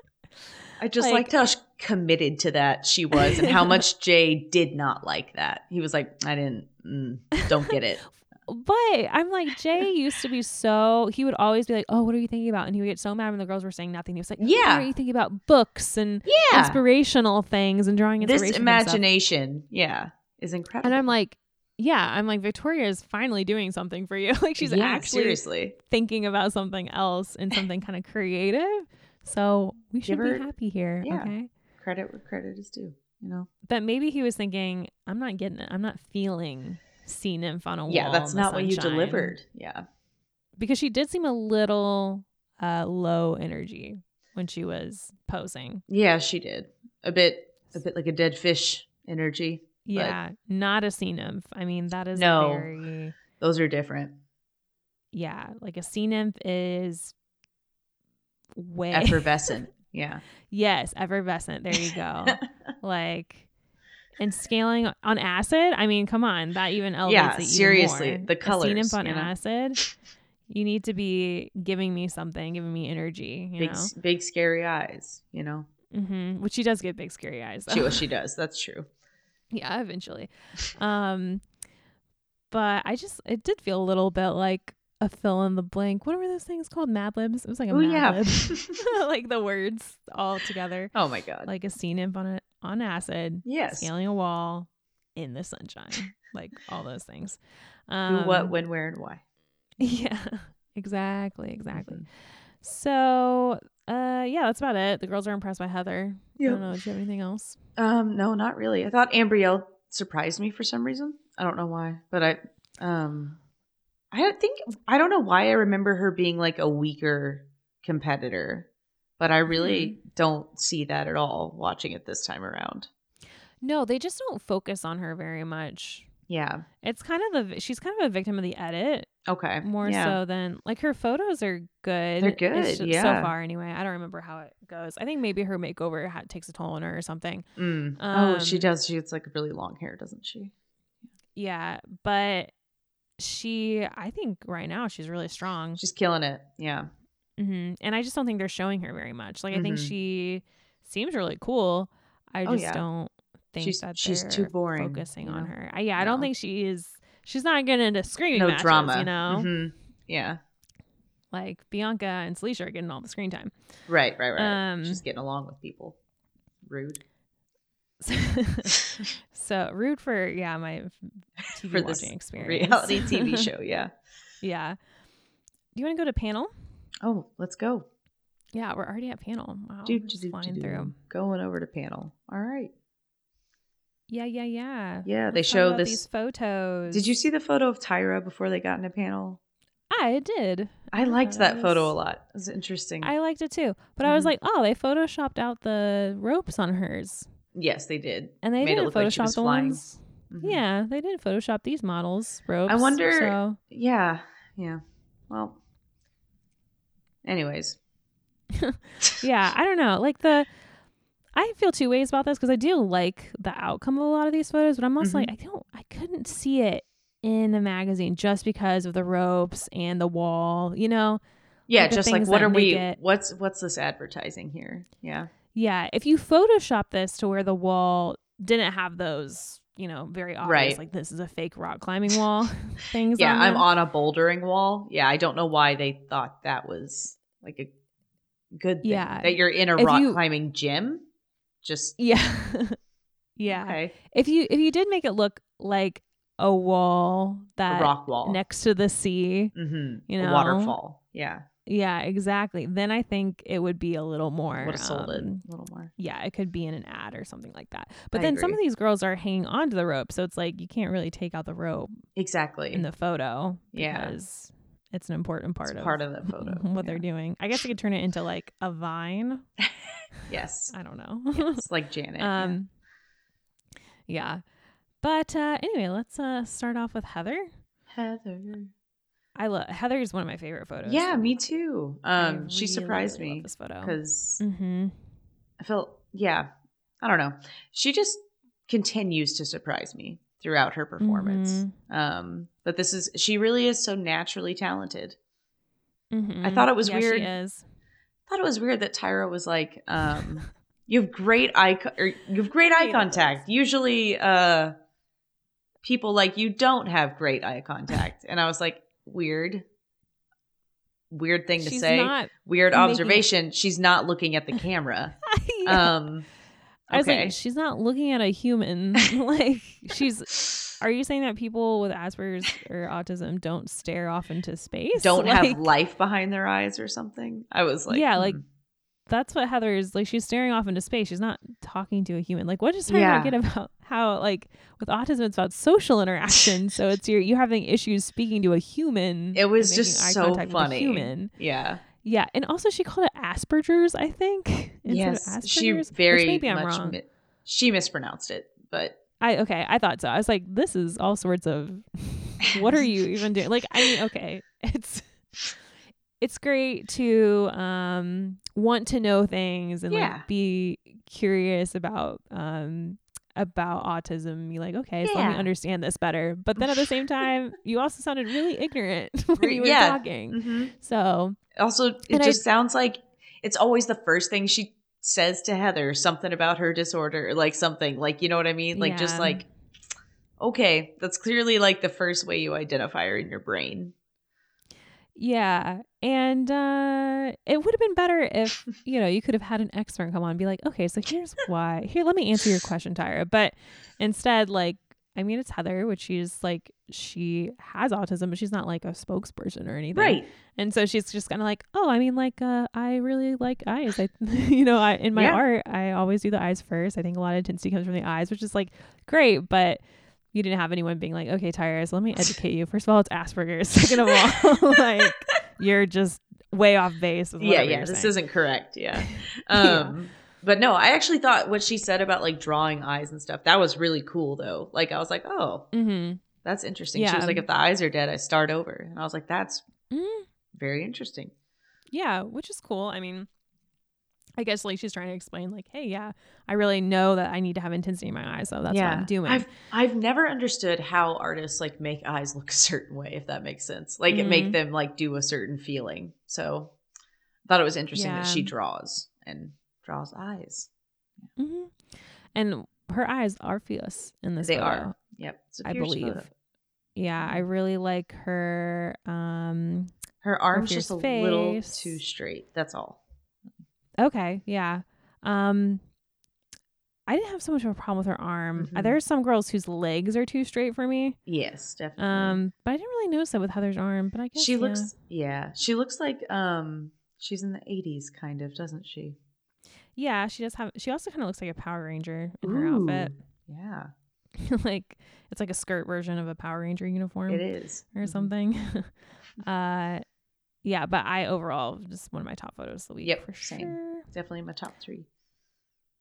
A: I just
B: Like-
A: liked how sh- committed to that she was and how much Jay did not like that. He was like, I didn't, mm, don't get it.
B: but I'm like, Jay used to be so, he would always be like, Oh, what are you thinking about? And he would get so mad when the girls were saying nothing. He was like,
A: Yeah.
B: What are you thinking about? Books and
A: Yeah.
B: inspirational things and drawing
A: This
B: inspiration. from stuff."
A: imagination, yeah, is incredible.
B: And I'm like, yeah, I'm like, Victoria is finally doing something for you. like, she's
A: Yeah,
B: actually
A: seriously.
B: thinking about something else and something kind of creative. So we
A: Give
B: should
A: her-
B: be happy here.
A: yeah.
B: Okay.
A: Credit where credit is due, you know?
B: But maybe he was thinking, I'm not getting it. I'm not feeling sea nymph on a
A: Oh, Yeah,
B: wall.
A: that's
B: in the
A: not what you
B: sunshine."
A: delivered. Yeah.
B: Because she did seem a little uh, low energy when she was posing.
A: Yeah, she did. A bit, a bit like a dead fish energy.
B: Yeah. not a sea nymph. I mean, that is
A: No.
B: very,
A: Those are different.
B: yeah, like a sea nymph is way.
A: Effervescent. Yeah.
B: Yes, effervescent. There you go. like, and scaling on acid. I mean, come on, that even elevates
A: Yeah,
B: it even
A: seriously,
B: more.
A: the
B: A sea nymph
A: colors,
B: on
A: you know?
B: acid. You need to be giving me something, giving me energy. You
A: big,
B: know,
A: s- big scary eyes, you know?
B: hmm which she does get big scary eyes. Though.
A: She, well, she does. That's true.
B: yeah, eventually. Um, but I just it did feel a little bit like a fill in the blank. What were those things called? Mad libs. It was like a
A: Oh,
B: Mad
A: yeah.
B: Lib. like the words all together,
A: Oh, my God.
B: like a sea nymph on a, on acid.
A: yes.
B: scaling a wall in the sunshine, like all those things.
A: Who,
B: Um,
A: what, when, where, and why.
B: Yeah, exactly, exactly.
A: Mhm.
B: So, uh, yeah, that's about it. The girls are impressed by Heather. I
A: Yep.
B: don't know. Do you have anything else?
A: Um, no, not really. I thought Ambrielle surprised me for some reason. I don't know why, but I, um, I don't think I don't know why I remember her being like a weaker competitor, but I really
B: Hmm.
A: don't see that at all watching it this time around.
B: No, they just don't focus on her very much.
A: Yeah.
B: It's kind of the she's kind of a victim of the edit
A: Okay.
B: more
A: yeah.
B: so than like her photos are good.
A: They're
B: It's
A: good,
B: ju-
A: yeah.
B: So far, anyway, I don't remember how it goes. I think maybe her makeover ha- takes a toll on her or something.
A: Mm. oh, she
B: Um,
A: does. She gets like really long hair, doesn't she?
B: Yeah, but she, I think right now she's really strong.
A: She's killing it. Yeah.
B: hmm And I just don't think they're showing her very much. Like I think
A: Mhm.
B: she seems really cool. I
A: Oh,
B: just
A: yeah.
B: don't think
A: She's
B: that
A: she's
B: they're
A: too boring.
B: focusing
A: you
B: on
A: know?
B: her. I, yeah, I don't
A: No.
B: think she is. She's not getting into screaming
A: No
B: matches,
A: drama.
B: you know.
A: Mhm. Yeah.
B: Like Bianca and Salisha are getting all the screen time.
A: Right. Right. Right.
B: Um,
A: she's getting along with people. Rude.
B: So, so rude for yeah my TV
A: For this
B: watching experience.
A: reality TV show. Yeah.
B: yeah. Do you want to go to panel?
A: Oh, let's go.
B: Yeah, we're already at panel. Wow,
A: Do,
B: we're
A: do,
B: just
A: do, do,
B: flying
A: do.
B: through.
A: Going over to panel. All right.
B: Yeah, yeah, yeah.
A: Yeah, they
B: Let's talk
A: show
B: about
A: this-
B: these photos.
A: Did you see the photo of Tyra before they got into panel?
B: I Ah, did.
A: I liked
B: thought
A: that
B: that
A: photo a
B: was-
A: lot. It was interesting.
B: I liked it too. But I was
A: Mhm.
B: like, oh, they photoshopped out the ropes on hers.
A: yes, they did.
B: And they
A: Made it
B: didn't
A: look like
B: Photoshop
A: she was
B: the
A: flying.
B: ones.
A: Mhm.
B: Yeah, they didn't Photoshop these models' ropes.
A: wonder-
B: So,
A: Yeah. Yeah. Well. Anyways.
B: yeah, I don't know. Like the. I feel two ways about this because I do like the outcome of a lot of these photos, but I'm also like, I
A: Mm-hmm.
B: don't, I couldn't see it in a magazine just because of the ropes and the wall, you know?
A: Yeah,
B: Like the
A: just like
B: things
A: what
B: that
A: are
B: make
A: we
B: it-
A: what's what's this advertising here? Yeah.
B: Yeah, if you Photoshop this to where the wall didn't have those, you know, very obvious,
A: Right.
B: like this is a fake rock climbing wall things.
A: Yeah,
B: on
A: I'm
B: them.
A: on a bouldering wall. Yeah, I don't know why they thought that was like a good thing.
B: Yeah.
A: That you're in a
B: If
A: rock
B: you-
A: climbing gym. Just
B: Yeah, yeah.
A: okay.
B: If you if you did make it look like a wall
A: A
B: that
A: rock wall.
B: next to the sea,
A: mm-hmm.
B: you know,
A: a waterfall. Yeah,
B: Yeah, exactly. Then I think it would be a little more.
A: would have sold it
B: um,
A: a little more.
B: Yeah, it could be in an ad or something like that. But
A: I
B: then some of
A: agree.
B: these girls are hanging onto the rope, so it's like you can't really take out the rope
A: Exactly.
B: in the photo
A: Mm. Yeah.
B: because it's an important part
A: It's
B: of mm-hmm,
A: part of the photo.
B: what
A: Yeah.
B: they're doing. I guess you could turn it into like a vine.
A: Yes,
B: I don't know.
A: it's like Janet. yeah.
B: um, yeah. But uh, anyway, let's uh, start off with Heather.
A: Heather.
B: I love Heather is one of my favorite photos.
A: Yeah, me too.
B: I
A: Um, she
B: really,
A: surprised
B: really love
A: me
B: This photo
A: because
B: hmm
A: I felt yeah, I don't know. She just continues to surprise me. throughout her performance.
B: Mhm.
A: Um, but this is she really is so naturally talented.
B: Mhm.
A: thought it was
B: Yeah,
A: weird.
B: She is.
A: I thought it was weird that Tyra was like, um, "You have great eye, co- or you have great eye
B: Creative
A: contact." Usually, uh, people like you don't have great eye contact, and I was like, "Weird, weird thing to
B: She's
A: say,
B: not.
A: weird
B: making-
A: observation." She's not looking at the camera.
B: Yeah.
A: Um,
B: I was
A: okay.
B: like, she's not looking at a human. like she's. Are you saying that people with Asperger's or autism don't stare off into space?
A: don't
B: Like,
A: have life behind their eyes or something. I was like,
B: Yeah, like,
A: "Hmm."
B: that's what Heather is like. She's staring off into space. She's not talking to a human. Like, what does Heather
A: Yeah.
B: get about how like with autism it's about social interaction. so it's you're you're having issues speaking to a human.
A: it
B: and
A: was
B: making
A: just
B: eye
A: so
B: contact with a
A: funny.
B: human.
A: Yeah,
B: Yeah, and also she called it Asperger's. I think. instead of
A: yes, she
B: Asperger's, which
A: very
B: maybe I'm
A: much
B: wrong.
A: mi- she mispronounced it, but.
B: I okay, I thought so. I was like, this is all sorts of what are you even doing? Like, I mean, okay, it's it's great to um want to know things and
A: Yeah.
B: like be curious about um about autism. Be like, okay, so let me
A: Yeah.
B: understand this better. But then at the same time, you also sounded really ignorant when
A: Re-
B: you were
A: yeah.
B: talking. So
A: Also, it
B: Mm-hmm. And I-
A: just sounds like it's always the first thing she says to Heather, something about her disorder, like something, like you know what I mean, like just
B: Yeah.
A: like, okay, that's clearly like the first way you identify her in your brain.
B: Yeah. And uh, it would have been better if, you know, you could have had an expert come on and be like, okay, so here's why. Here, let me answer your question, Tyra. But instead, like, I mean, it's Heather, which she's like, she has autism, but she's not like a spokesperson or anything. And so she's just kind of like, oh, I mean, like, uh, I really like eyes. I, you know, I, in my
A: Yeah.
B: art, I always do the eyes first. I think a lot of intensity comes from the eyes, which is like great, but you didn't have anyone being like, okay, Tyra, so let me educate you. First of all, it's Asperger's. Second of all, like, you're just way off base. With
A: yeah
B: whatever
A: yeah
B: you're
A: this
B: saying.
A: isn't correct yeah
B: Yeah.
A: um but no i actually thought what she said about like drawing eyes and stuff that was really cool though like i was like oh
B: Mhm.
A: that's interesting she
B: Yeah.
A: was like if the eyes are dead i start over and i was like that's
B: Mm,
A: very interesting
B: yeah, which is cool. I mean, I guess like she's trying to explain, like, hey, yeah, I really know that I need to have intensity in my eyes, so that's what I'm doing.
A: I've I've never understood how artists like make eyes look a certain way, if that makes sense. Like it make
B: Mhm.
A: them like do a certain feeling. So I thought it was interesting that
B: Yeah.
A: she draws and draws eyes.
B: hmm And her eyes are fierce in this.
A: they
B: photo.
A: are. Yep. It's a
B: I
A: fierce
B: believe.
A: photo. Mm-hmm.
B: Yeah, I really like her. Um.
A: Her arm's just a
B: fierce
A: little
B: face.
A: too straight. That's all.
B: Okay. Yeah. Um. I didn't have so much of a problem with her arm. Uh,
A: Mhm.
B: There are some girls whose legs are too straight for me.
A: Yes, definitely.
B: Um. But I didn't really notice that with Heather's arm. But I guess
A: Mm-hmm. she
B: yeah.
A: looks yeah. She looks like um she's in the eighties kind of, doesn't she?
B: Yeah, she does have. She also kind of looks like a Power Ranger in her outfit.
A: Ooh, Yeah.
B: like it's like a skirt version of a Power Ranger uniform.
A: It is.
B: or
A: Mhm.
B: something. uh yeah, but I overall just one of my top photos of the week
A: Yep,
B: for
A: same.
B: sure.
A: Definitely in my top three.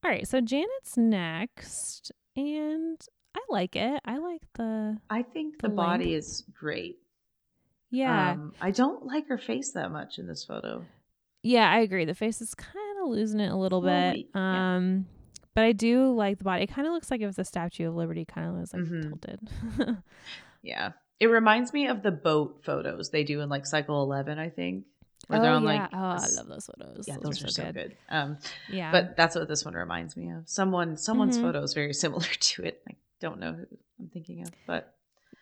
B: All right, so Janet's next and I like it. I like the
A: I think
B: The
A: the body is great.
B: Yeah.
A: Um, I don't like her face that much in this photo.
B: yeah, I agree. The face is kind of losing it a little
A: Well,
B: bit.
A: we- yeah.
B: Um but I do like the body. It kind of looks like if the Statue of Liberty kind of was like
A: Mhm.
B: tilted.
A: Yeah. It reminds me of the boat photos they do in like cycle 11, I think, where they're on
B: yeah.
A: like,
B: oh, I
A: this-
B: love those photos.
A: yeah, those, are so good. Um,
B: Yeah.
A: But that's what this one reminds me of. Someone, someone's
B: Mhm.
A: photo is very similar to it. I don't know who I'm thinking of, but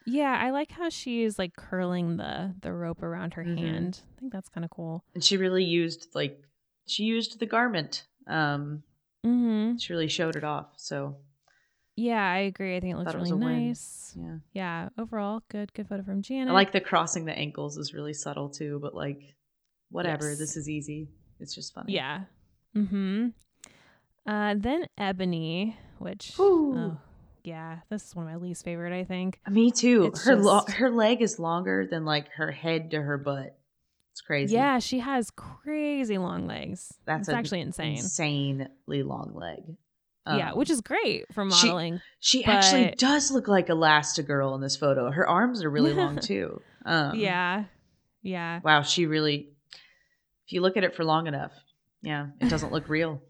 B: yeah, I like how she's like curling the the rope around her
A: Mhm.
B: hand. I think that's kind of cool.
A: and she really used like she used the garment. Um,
B: Mhm.
A: she really showed it off. So
B: Yeah, I agree. I think it looks
A: Thought it was
B: really
A: a win.
B: nice.
A: yeah,
B: Yeah, overall, good, good photo from Janet.
A: I like the crossing the ankles is really subtle too, but like whatever.
B: Yes.
A: This is easy. It's just funny.
B: Yeah. Mm-hmm. Uh, then Ebony, which
A: Ooh.
B: oh, yeah, this is one of my least favorite. I think.
A: Me too.
B: It's
A: her lo-
B: just-
A: her leg is longer than like her head to her butt. It's crazy.
B: Yeah, she has crazy long legs.
A: That's
B: That's
A: a-
B: actually insane.
A: insanely long leg.
B: yeah,
A: Um,
B: which is great for
A: she-
B: modeling.
A: she actually
B: but-
A: does look like Elastigirl in this photo. Her arms are really long too. Um,
B: yeah, yeah,
A: Wow, she really. If you look at it for long enough, yeah, it doesn't look real.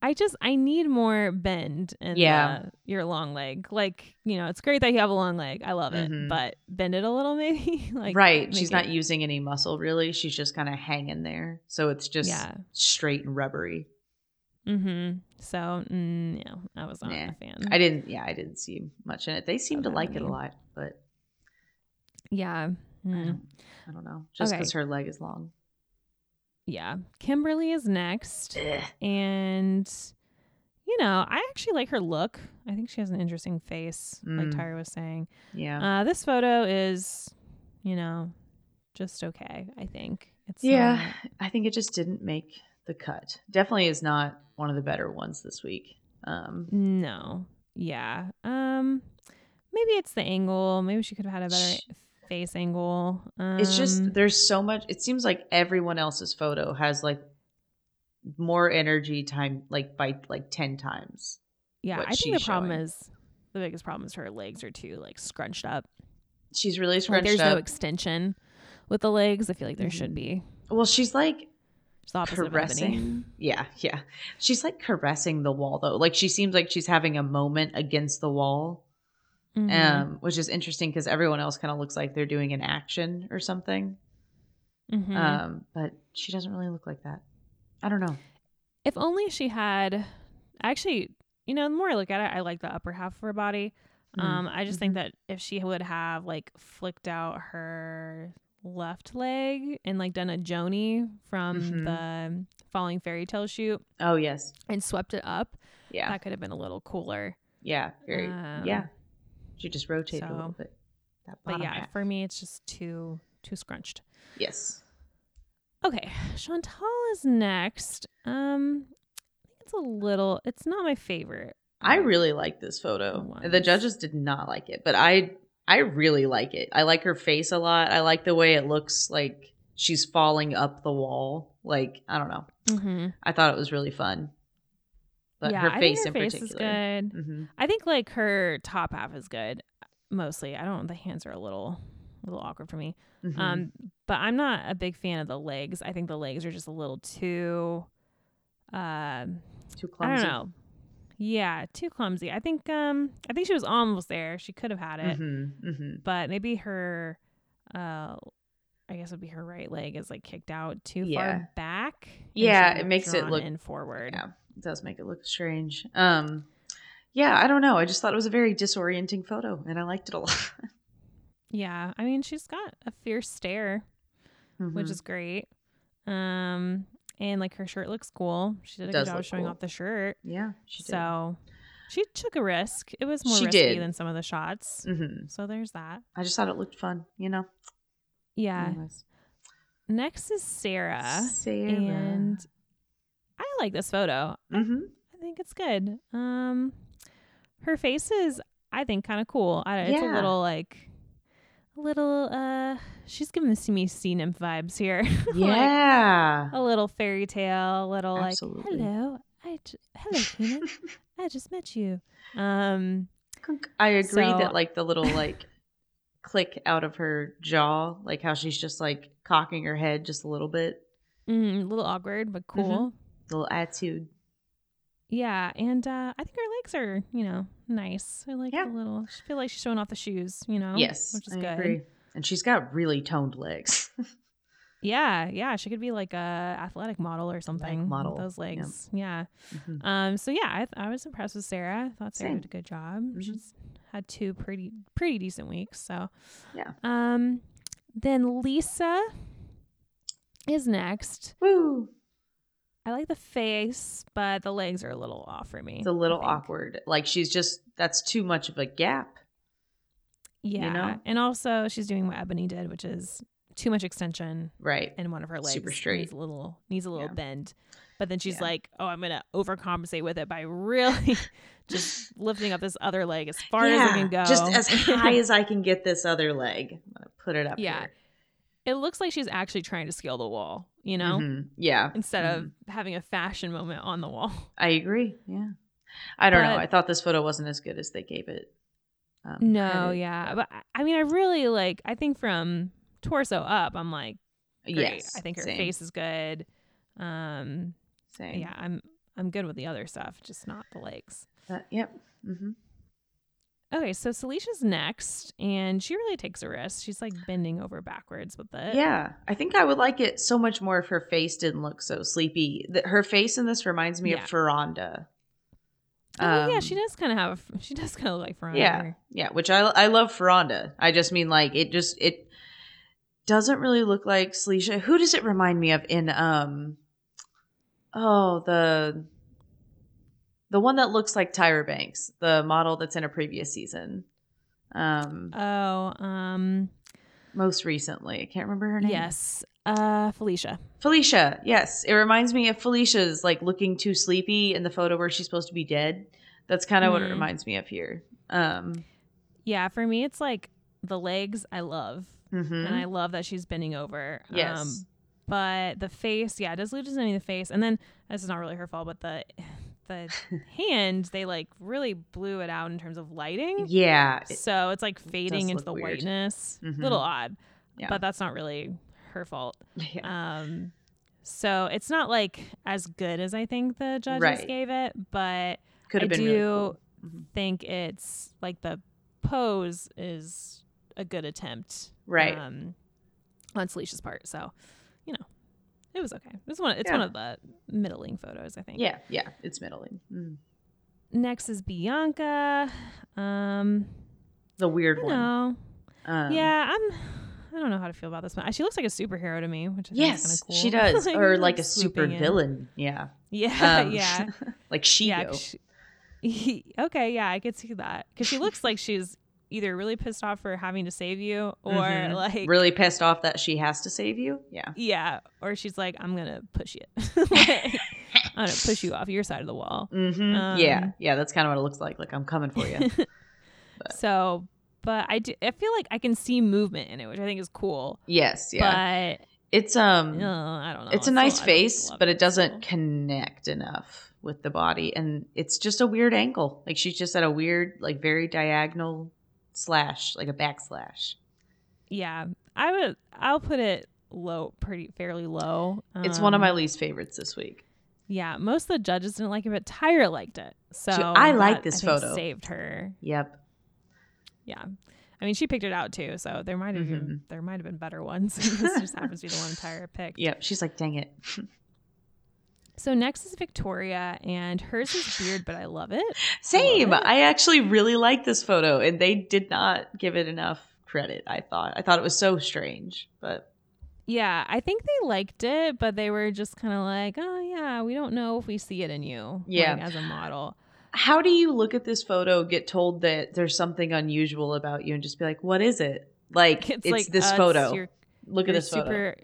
B: I just I need more bend in
A: Yeah.
B: the- your long leg. Like you know, it's great that you have a long leg. I love it,
A: Mhm.
B: but bend it a little, maybe. like
A: right.
B: make
A: She's not
B: it-
A: using any muscle really. She's just kind of hanging there. So it's just
B: yeah.
A: straight and rubbery.
B: Mm-hmm. So mm, no, I was not
A: Nah.
B: a fan.
A: I didn't, yeah, I didn't see much in it. They seem to
B: Mm-hmm. that
A: like it a
B: many.
A: lot, but
B: yeah.
A: I,
B: Mm.
A: don't, I don't know. Just
B: Okay.
A: because her leg is long.
B: Yeah. Kimberly is next.
A: Ugh.
B: And, you know, I actually like her look. I think she has an interesting face,
A: Mm.
B: like Tyra was saying.
A: Yeah.
B: Uh, this photo is, you know, just okay, I think. It's
A: yeah. I think it just didn't make the cut. Definitely is not one of the better ones this week. Um,
B: not- no. Yeah. Um, Maybe it's the angle. Maybe she could have had a better
A: Sh-
B: face angle. Um,
A: It's just there's so much. It seems like everyone else's photo has like more energy time, like by like ten times.
B: yeah.
A: what
B: I think
A: she's
B: the problem
A: showing.
B: is the biggest problem is her legs are too like scrunched up.
A: She's really
B: Like,
A: scrunched
B: there's
A: up.
B: no extension with the legs. I feel like there should
A: Mhm.
B: be.
A: well, she's like
B: It's the opposite of Ebony.
A: caressing. Yeah, yeah. She's like caressing the wall though. Like she seems like she's having a moment against the wall,
B: Mhm.
A: um, which is interesting because everyone else kind of looks like they're doing an action or something.
B: Mhm.
A: Um, but she doesn't really look like that. I don't know.
B: if only she had actually, you know, the more I look at it, I like the upper half of her body.
A: Mm.
B: Um, I just think that if she would have like flicked out her left leg and like done a Joni from
A: Mhm.
B: the Falling Fairy Tale shoot
A: Oh yes,
B: and swept it up,
A: yeah,
B: that could have been a little cooler.
A: yeah, very,
B: Um,
A: yeah. She just rotated a
B: So-
A: little bit. That
B: But
A: bottom
B: yeah,
A: half.
B: for me, it's just too too scrunched.
A: yes.
B: Okay, Chantal is next. Um, I think it's a little. It's not my favorite.
A: I
B: Um,
A: really like this photo.
B: Ones.
A: The judges did not like it, but I I really like it. I like her face a lot. I like the way it looks like she's falling up the wall. Like, I don't know.
B: mhm.
A: I thought it was really fun. Mm-hmm. But
B: Yeah,
A: her
B: I think
A: face
B: her
A: in
B: face is
A: particular.
B: good.
A: Mhm.
B: I think like her top half is good mostly. I don't the hands are a little a little awkward for me.
A: Mhm.
B: Um but I'm not a big fan of the legs. I think the legs are just a little too um
A: Too
B: I
A: clumsy.
B: don't know. Yeah, too clumsy. I think um I think she was almost there. She could have had it,
A: Mm-hmm. Mm-hmm.
B: but maybe her uh I guess it would be her right leg is like kicked out too
A: Yeah.
B: far back. and
A: Yeah,
B: should
A: it
B: be
A: makes it
B: drawn
A: look-
B: in forward.
A: Yeah. It does make it look strange. Um yeah, I don't know. I just thought it was a very disorienting photo and I liked it a lot.
B: yeah. I mean, she's got a fierce stare. which
A: Mhm.
B: is great. Um, and like her shirt looks cool. She did a
A: Does
B: good job
A: look
B: showing
A: cool.
B: off the shirt.
A: Yeah, she did.
B: so she took a risk. It was more
A: She
B: risky
A: did.
B: than some of the shots.
A: Mhm.
B: So there's that.
A: I just thought it looked fun, you know.
B: Yeah.
A: Anyways. Mm-hmm.
B: Next is Sarah,
A: Sarah.
B: and I like this photo.
A: hmm
B: I think it's good. Um, her face is, I think, kind of cool. I, It's
A: Yeah.
B: a little like, a little. Uh, she's giving me sea nymph vibes here. Like,
A: yeah.
B: a little fairy tale, a little
A: Absolutely.
B: like hello, I j- hello human, I just met you. Um,
A: I agree
B: So-
A: that like the little like click out of her jaw, like how she's just like cocking her head just a little bit,
B: mm, a little awkward but cool.
A: Mm-hmm. little attitude.
B: Yeah, and uh, I think her legs are you know nice. I like
A: Yeah.
B: the little. I feel like she's showing off the shoes, you know.
A: yes,
B: Oh, which is
A: I
B: good.
A: agree. And she's got really toned legs.
B: Yeah, yeah, she could be like a athletic model or something. with
A: model,
B: those
A: yeah.
B: legs. Yeah.
A: Mhm.
B: Um. So yeah, I, I was impressed with Sarah. I thought Sarah
A: Same.
B: did a good job.
A: Mhm.
B: She's had two pretty pretty decent weeks. So
A: Yeah.
B: Um. Then Lisa is next.
A: Woo!
B: I like the face, but the legs are a little off for me.
A: It's a little
B: I think.
A: awkward. Like she's just that's too much of a gap.
B: Yeah.
A: know?
B: And also, she's doing what Ebony did, which is too much extension
A: Right.
B: and one of her legs
A: Super
B: needs
A: straight.
B: a little needs a little
A: Yeah.
B: bend. But then she's
A: Yeah.
B: like, "Oh, I'm gonna overcompensate with it by really just lifting up this other leg as far as I can go."
A: Just as high as I can get this other leg. I'm gonna put it up
B: Yeah.
A: here.
B: it looks like she's actually trying to scale the wall, you know,
A: Mhm. Yeah.
B: instead of having a fashion moment on the wall.
A: I agree. Yeah. I don't know.
B: But-
A: I thought this photo wasn't as good as they gave it. Um,
B: No,
A: credit.
B: yeah, but I- I mean, I really like. I think from torso up, I'm like, great.
A: Yes.
B: I think her
A: same,
B: face is good. Um,
A: Same.
B: yeah, I'm. I'm good with the other stuff, just not the legs.
A: Uh, yep. Mm-hmm.
B: Okay, so Salisha's next, and she really takes a risk. She's like bending over backwards with it.
A: Yeah, I think I would like it so much more if her face didn't look so sleepy. Th- Her face in this reminds me
B: Yeah.
A: of Ferranda.
B: Oh yeah, she
A: Um,
B: does kind of have. a- She does kind of look like Ferrari.
A: Yeah, yeah, which I I love Ferranda. I just mean like it just it doesn't really look like Sleisha. Who does it remind me of in um oh the the one that looks like Tyra Banks, the model that's in a previous season. Um
B: Oh, um,
A: most recently. I can't remember her name.
B: yes, uh, Felicia.
A: Felicia. Yes, it reminds me of Felicia's like looking too sleepy in the photo where she's supposed to be dead. That's kind of what it
B: Mhm.
A: reminds me of here. Um
B: Yeah, for me, it's like the legs. I love,
A: mhm.
B: and I love that she's bending over. Um,
A: Yes.
B: but the face, yeah, it does lose any of the face, and then this is not really her fault, but the the hand, they like really blew it out in terms of lighting.
A: yeah,
B: so it's like fading
A: does
B: into
A: look
B: the
A: weird.
B: whiteness
A: Mhm.
B: little odd
A: Yeah.
B: but that's not really her fault
A: yeah.
B: um so it's not like as good as i think the judges
A: Right.
B: gave it but
A: could
B: i
A: have been
B: do
A: really cool. Mhm.
B: think it's like the pose is a good attempt
A: Right.
B: um on Salisha's part so you know it was okay it's one it's
A: Yeah.
B: one of the middling photos i think
A: Yeah, yeah, it's middling. Mm.
B: next is bianca um
A: The
B: I
A: weird
B: don't
A: one.
B: know
A: Um,
B: yeah, I'm. I don't know how to feel about this one. She looks like a superhero to me, which I think
A: Yes,
B: is kinda
A: she
B: cool.
A: does, or
B: she's,
A: like a super
B: swooping in.
A: villain. Yeah,
B: Yeah,
A: um,
B: yeah,
A: like Shigo.
B: yeah. 'cause she- okay, yeah, I could see that because she looks like she's either really pissed off for having to save you, or
A: Mhm.
B: like
A: really pissed off that she has to save you. Yeah,
B: yeah, or she's like, I'm gonna push it. Like, I'm gonna push you off your side of the wall.
A: hmm yeah,
B: Um,
A: yeah. That's kind of what it looks like. Like I'm coming for you. But-
B: so, but I do. I feel like I can see movement in it, which I think is cool.
A: yes, yeah.
B: But
A: it's um,
B: uh, I don't know.
A: it's a
B: still-
A: nice
B: I don't
A: face,
B: love
A: but it doesn't
B: still.
A: connect enough with the body, and it's just a weird angle. Like she's just at a weird, like very diagonal slash, like a backslash.
B: Yeah, I would. I'll put it low, pretty fairly low.
A: It's one of my
B: Um,
A: least favorites this week.
B: Yeah, most of the judges didn't like it, but Tyra liked it. So
A: I like
B: that,
A: this
B: think,
A: photo.
B: Saved her.
A: Yep.
B: Yeah, I mean she picked it out too, so there might have
A: Mhm.
B: been there might have been better ones. this just happens to be the one Tyra picked.
A: Yep. She's like, dang it.
B: So next is Victoria, and hers is weird, but I love it.
A: Same.
B: What?
A: I actually really like this photo, and they did not give it enough credit. I thought. I thought it was so strange, but
B: Yeah, I think they liked it, but they were just kind of like, oh yeah, we don't know if we see it in you,
A: Yeah.
B: like, as a model.
A: how do you look at this photo, get told that there's something unusual about you, and just be like, what is it? Like it's, this
B: uh, it's
A: photo.
B: your
A: look at
B: your
A: this photo.
B: super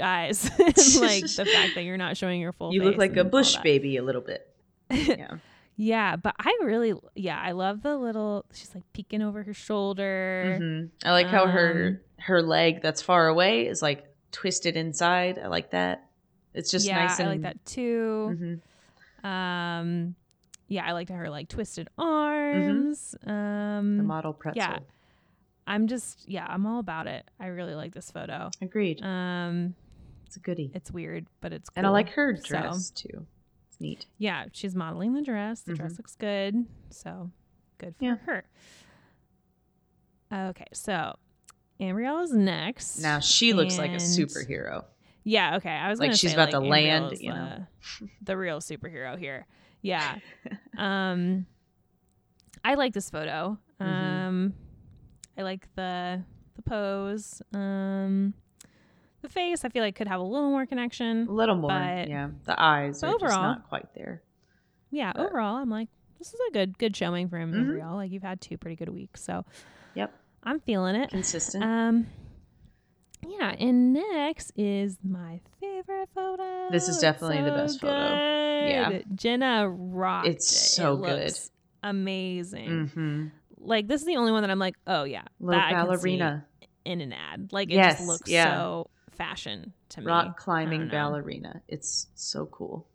B: eyes and like the fact that you're not showing your full
A: You look
B: face
A: like a
B: and all
A: bush
B: that.
A: baby a little bit. Yeah.
B: yeah but i really yeah i love the little she's like peeking over her shoulder
A: hmm I like how her
B: Um,
A: her leg that's far away is like twisted inside. I like that. It's just
B: yeah
A: nice and
B: i like that too
A: Mhm.
B: um yeah i liked her like twisted arms
A: Mm-hmm. The
B: um
A: model pretzel.
B: yeah. i'm just yeah i'm all about it i really like this photo
A: Agreed.
B: um
A: It's a goodie.
B: it's weird but it's cool.
A: and I like her
B: so-
A: dress too. It's neat.
B: Yeah, she's modeling the dress. The dress looks good. So good
A: Mm-hmm.
B: for
A: Yeah.
B: her. Okay, so Ambrielle is next.
A: Now she looks like a
B: And-
A: superhero.
B: Yeah, okay. I was
A: Like,
B: gonna
A: she's
B: say,
A: about to
B: Ambrielle
A: land,
B: is
A: you know.
B: the, the real superhero here. Yeah. um I like this photo.
A: Mhm.
B: Um I like the the pose. Um the face I feel like could have a little more
A: A
B: connection.
A: little more.
B: But-
A: yeah. The eyes
B: but
A: are just
B: overall-
A: not quite there.
B: Yeah,
A: But-
B: overall I'm like this is a good good showing from
A: Mhm.
B: Ambrielle. Like you've had two pretty good weeks. So
A: Yep.
B: I'm feeling it.
A: Consistent.
B: Um, yeah, and next is my favorite photo.
A: This is definitely the best photo. Yeah.
B: good. Jenna rocked.
A: It's
B: it.
A: so
B: It
A: good.
B: looks Amazing.
A: mm-hmm.
B: Like this is the only one that I'm like, oh yeah,
A: Little
B: that I can see
A: ballerina.
B: in an ad. Like it
A: Yes,
B: just looks
A: yeah.
B: so fashion to me.
A: Rock climbing
B: know.
A: ballerina. It's so cool.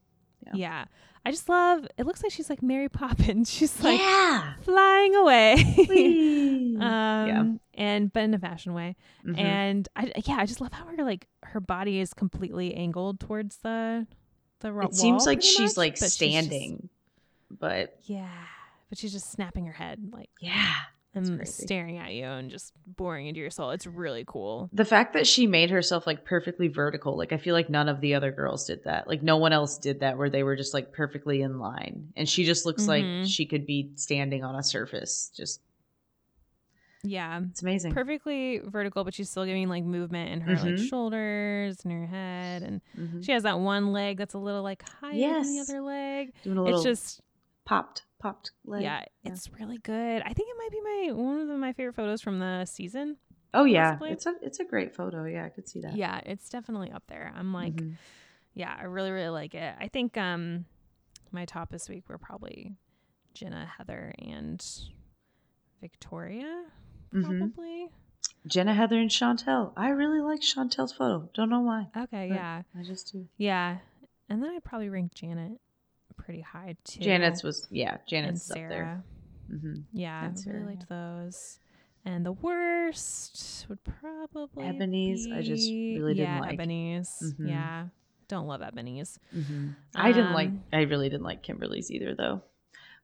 A: yeah.
B: Yeah. I just love. It looks like she's like Mary Poppins. She's like
A: yeah.
B: flying away.
A: Whee!
B: um, and but in a fashion way.
A: Mhm.
B: and I yeah, I just love how her like her body is completely angled towards the the ro-
A: It seems
B: wall
A: like
B: pretty
A: she's
B: much,
A: like
B: but just-
A: standing, but
B: yeah, but she's just snapping her head like
A: yeah.
B: and
A: crazy.
B: staring at you and just boring into your soul. It's really cool.
A: The fact that she made herself like perfectly vertical, like I feel like none of the other girls did that. Like no one else did that where they were just like perfectly in line. And she just looks
B: Mhm.
A: like she could be standing on a surface. Just
B: Yeah,
A: it's amazing.
B: perfectly vertical, but she's still giving like movement in her like
A: Mhm.
B: shoulders and her head, and
A: Mhm.
B: she has that one leg that's a little like higher than the
A: Yes.
B: other leg.
A: Doing a little
B: It's just
A: popped, popped leg.
B: yeah, it's really good. I think it might be my one of the- my favorite photos from the season.
A: Oh yeah.
B: possibly.
A: It's a it's a great photo. Yeah, I could see that.
B: Yeah, it's definitely up there. I'm like,
A: Mhm.
B: yeah, I really really like it. I think um my top this week were probably Jenna, Heather, and Victoria.
A: Mhm.
B: Probably.
A: Jenna Heather and Chantel. I really like Chantel's photo. Don't know why.
B: Okay,
A: But-
B: yeah.
A: I just do.
B: Yeah. And then I'd probably rank Janet pretty high too.
A: Janet's was yeah,
B: and
A: Janet's up there.
B: Sarah.
A: hmm
B: Yeah,
A: and
B: I really
A: Sarah,
B: liked those. And the worst would probably
A: Ebony's, I just
B: be-
A: really didn't
B: yeah,
A: like.
B: Ebony's.
A: Mhm.
B: Yeah. Don't love Ebony's.
A: Mm-hmm. I didn't like.
B: Um,
A: I really didn't like Kimberly's either, though.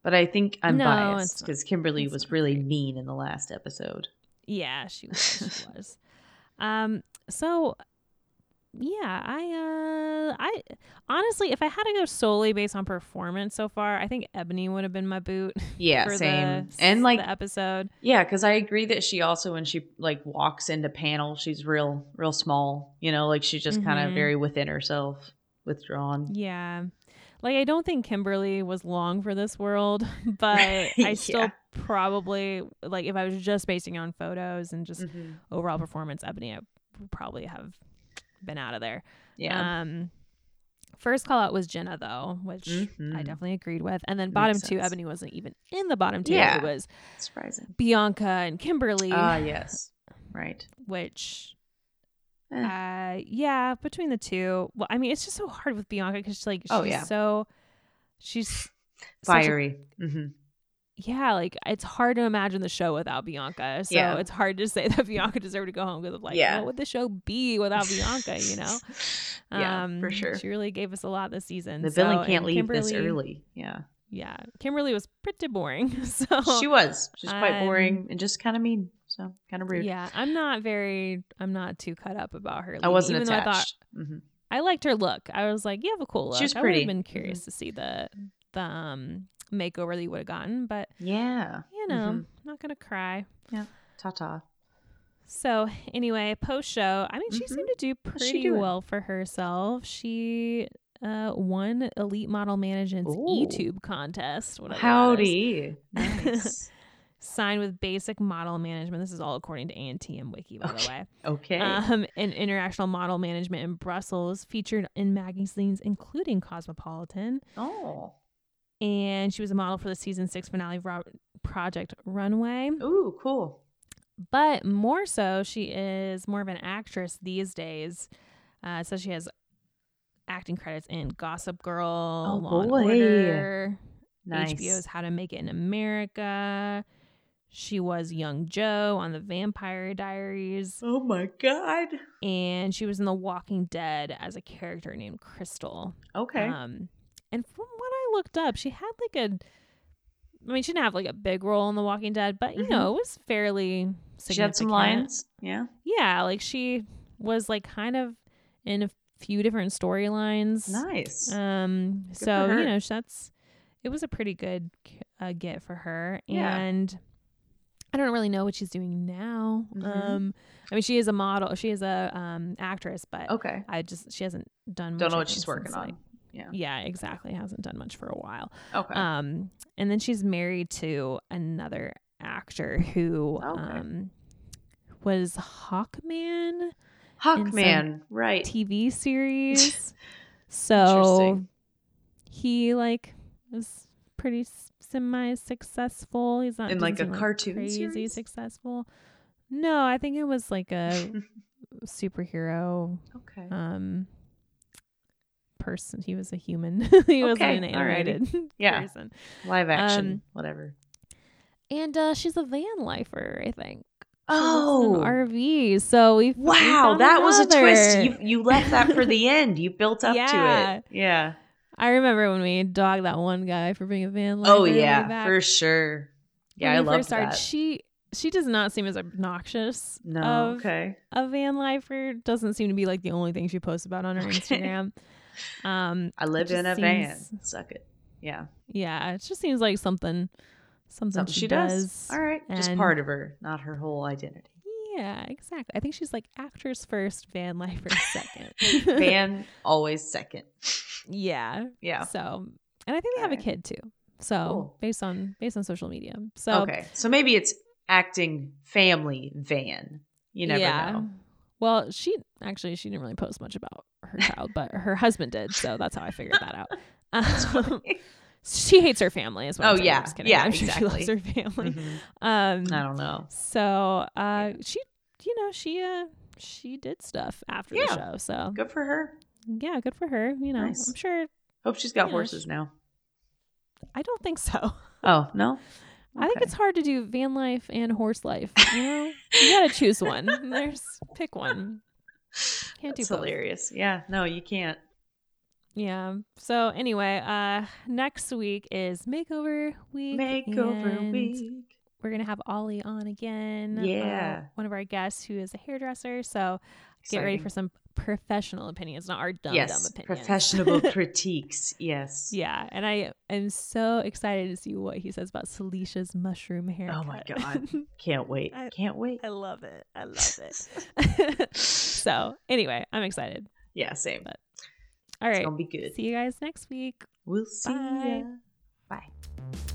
A: But I think I'm
B: No,
A: biased
B: it's not-
A: because Kimberly
B: it's
A: was
B: not
A: really
B: great.
A: mean in the last episode.
B: Yeah, she was. She was. Um, so yeah, I uh I honestly if I had to go solely based on performance so far, I think Ebony would have been my boot.
A: Yeah,
B: for the
A: same.
B: s-
A: and like,
B: the episode.
A: yeah, because I agree that she also when she like walks into panel, she's real, real small. You know, like she's just kind
B: Mhm.
A: of very within herself, withdrawn.
B: Yeah. Like I don't think Kimberly was long for this world, but I still
A: Yeah.
B: probably like if I was just basing on photos and just
A: Mhm.
B: overall performance, Ebony I would probably have been out of there.
A: Yeah,
B: Um first call out was Jenna though, which I
A: Mhm.
B: definitely agreed with. And then bottom
A: Makes
B: two,
A: sense.
B: Ebony wasn't even in the bottom two.
A: Yeah.
B: It was
A: surprising.
B: Bianca and Kimberly,
A: Ah, yes, right.
B: which,
A: Eh.
B: uh, yeah, between the two. Well, I mean, it's just so hard with Bianca because she's like, she's
A: Oh, yeah.
B: so, she's such a-
A: Fiery. hmm
B: yeah, like it's hard to imagine the show without Bianca. So
A: Yeah.
B: it's hard to say that Bianca deserved to go home because of like,
A: Yeah.
B: what would the show be without Bianca? You know, Um,
A: yeah, for sure.
B: She really gave us a lot this season.
A: The villain
B: So-
A: can't
B: and
A: leave this
B: Kimberly-
A: early. Yeah.
B: Yeah, Kimberly was pretty boring. So
A: she was. She's quite
B: um,
A: boring and just kind of mean. So kind of rude.
B: Yeah, I'm not very. I'm not too cut up about her.
A: I
B: leaving,
A: wasn't
B: even though
A: attached.
B: I thought
A: Mhm.
B: I liked her look. I was like, you have a cool look.
A: She was
B: I would
A: pretty. Mm-hmm.
B: have been curious to see the the um, makeover that you would have gotten, but
A: Yeah.
B: you know,
A: Mm-hmm.
B: I'm not gonna cry.
A: Ta ta.
B: So anyway, post show, I mean, she
A: Mhm.
B: seemed to do
A: she
B: pretty
A: doing?
B: well for herself. She uh, won Elite Model Management's
A: Ooh.
B: YouTube contest. Whatever that is.
A: Howdy. Nice.
B: Signed with Basic Model Management. This is all according to ANTM Wiki, by the
A: Okay.
B: way.
A: okay.
B: um, and international model management in Brussels, featured in magazines including Cosmopolitan.
A: oh.
B: And she was a model for the season six finale of Ro- Project Runway.
A: Ooh, cool.
B: But more so, she is more of an actress these days. Uh, so she has acting credits in Gossip Girl,
A: Oh,
B: Law and
A: boy.
B: Order,
A: Nice.
B: HBO's How to Make It in America. She was Young Joe on The Vampire Diaries.
A: Oh my god.
B: and she was in The Walking Dead as a character named Crystal.
A: Okay.
B: Um, and from what I looked up, she had like a, I mean, she didn't have like a big role in The Walking Dead, but you
A: Mhm.
B: know, it was fairly significant.
A: she had some lines. Yeah.
B: Yeah, like she was like kind of in a few different storylines.
A: Nice.
B: Um,
A: for
B: so you
A: her.
B: know, sh- that's it was a pretty good uh, get for her,
A: Yeah.
B: and I don't really know what she's doing now.
A: Mhm.
B: Um, I mean, she is a model, she is a um actress, but
A: okay.
B: I just she hasn't done. Much
A: Oh. Don't know
B: I
A: what
B: think,
A: she's working
B: since, like-
A: on. Yeah.
B: yeah, exactly. Hasn't done much for a while.
A: Okay.
B: Um, and then she's married to another actor who
A: Oh, Okay.
B: um was Hawkman
A: Hawkman. Right.
B: TV series. so
A: Interesting.
B: he like was pretty s- semi-successful. He's not
A: In, like,
B: doesn't
A: a
B: seem,
A: cartoon
B: crazy
A: series?
B: successful. No, I think it was like a superhero
A: okay.
B: um person. He was a human. he wasn't
A: Okay,
B: an
A: alrighty.
B: animated
A: Yeah.
B: person.
A: Live action.
B: um,
A: whatever.
B: And uh, she's a van lifer, I think. She lives in
A: Oh.
B: an RV. So we we
A: Wow,
B: found
A: that was a twist.
B: another.
A: You you left that for the end. You built up to
B: Yeah.
A: it. Yeah.
B: I remember when we dogged that one guy for being a van lifer.
A: Oh
B: way
A: yeah,
B: back.
A: for sure. Yeah,
B: When
A: I
B: we
A: love
B: first started,
A: that.
B: She she does not seem as obnoxious.
A: No,
B: of
A: okay.
B: a van lifer doesn't seem to be like the only thing she posts about on her
A: Okay.
B: Instagram. Um,
A: I live
B: just
A: in a
B: seems-
A: van. Suck it. Yeah,
B: yeah, it just seems like something something,
A: something she does. All right, just
B: and-
A: part of her, not her whole identity.
B: Yeah, exactly. I think she's like actress first, van lifer second.
A: Van always second.
B: yeah.
A: Yeah.
B: So, and I think they have a
A: Alright.
B: kid too. So
A: Cool.
B: based on based on social media. So
A: okay, so maybe it's acting family van. You never know.
B: Well, she actually she didn't really post much about her child, but her husband did, so that's how I figured that out. Um, she hates her family, is what.
A: Oh,
B: I'm saying.
A: yeah.
B: I'm just kidding.
A: Yeah,
B: I'm sure she
A: exactly.
B: loves her family.
A: Mhm.
B: Um,
A: I don't know.
B: so uh, she, you know, she uh, she did stuff after the
A: Yeah.
B: show. So
A: Good for her.
B: yeah, good for her. You know,
A: Nice.
B: I'm sure.
A: Hope she's got
B: Yeah,
A: horses now.
B: I don't think so.
A: Oh no,
B: I think
A: Okay.
B: it's hard to do van life and horse life. You know, you gotta choose one. There's pick one. Can't
A: That's
B: do both.
A: hilarious. Yeah, no, you can't.
B: Yeah. So anyway, uh next week is makeover week.
A: Makeover
B: and
A: week.
B: We're gonna have Ollie on again. uh,
A: Yeah.
B: one of our guests who is a hairdresser. So get ready
A: Exciting.
B: for some professional opinions, not our dumb dumb
A: yes,
B: opinions.
A: professional critiques. Yes.
B: yeah. And I am so excited to see what he says about Salisha's mushroom haircut.
A: Oh my God. Can't wait.
B: I-
A: can't wait.
B: I love it. I love it. so anyway, I'm excited.
A: yeah, same.
B: But- All
A: It's
B: right.
A: gonna be good.
B: See you guys next week.
A: We'll see. Ya.
B: Bye.
A: Bye.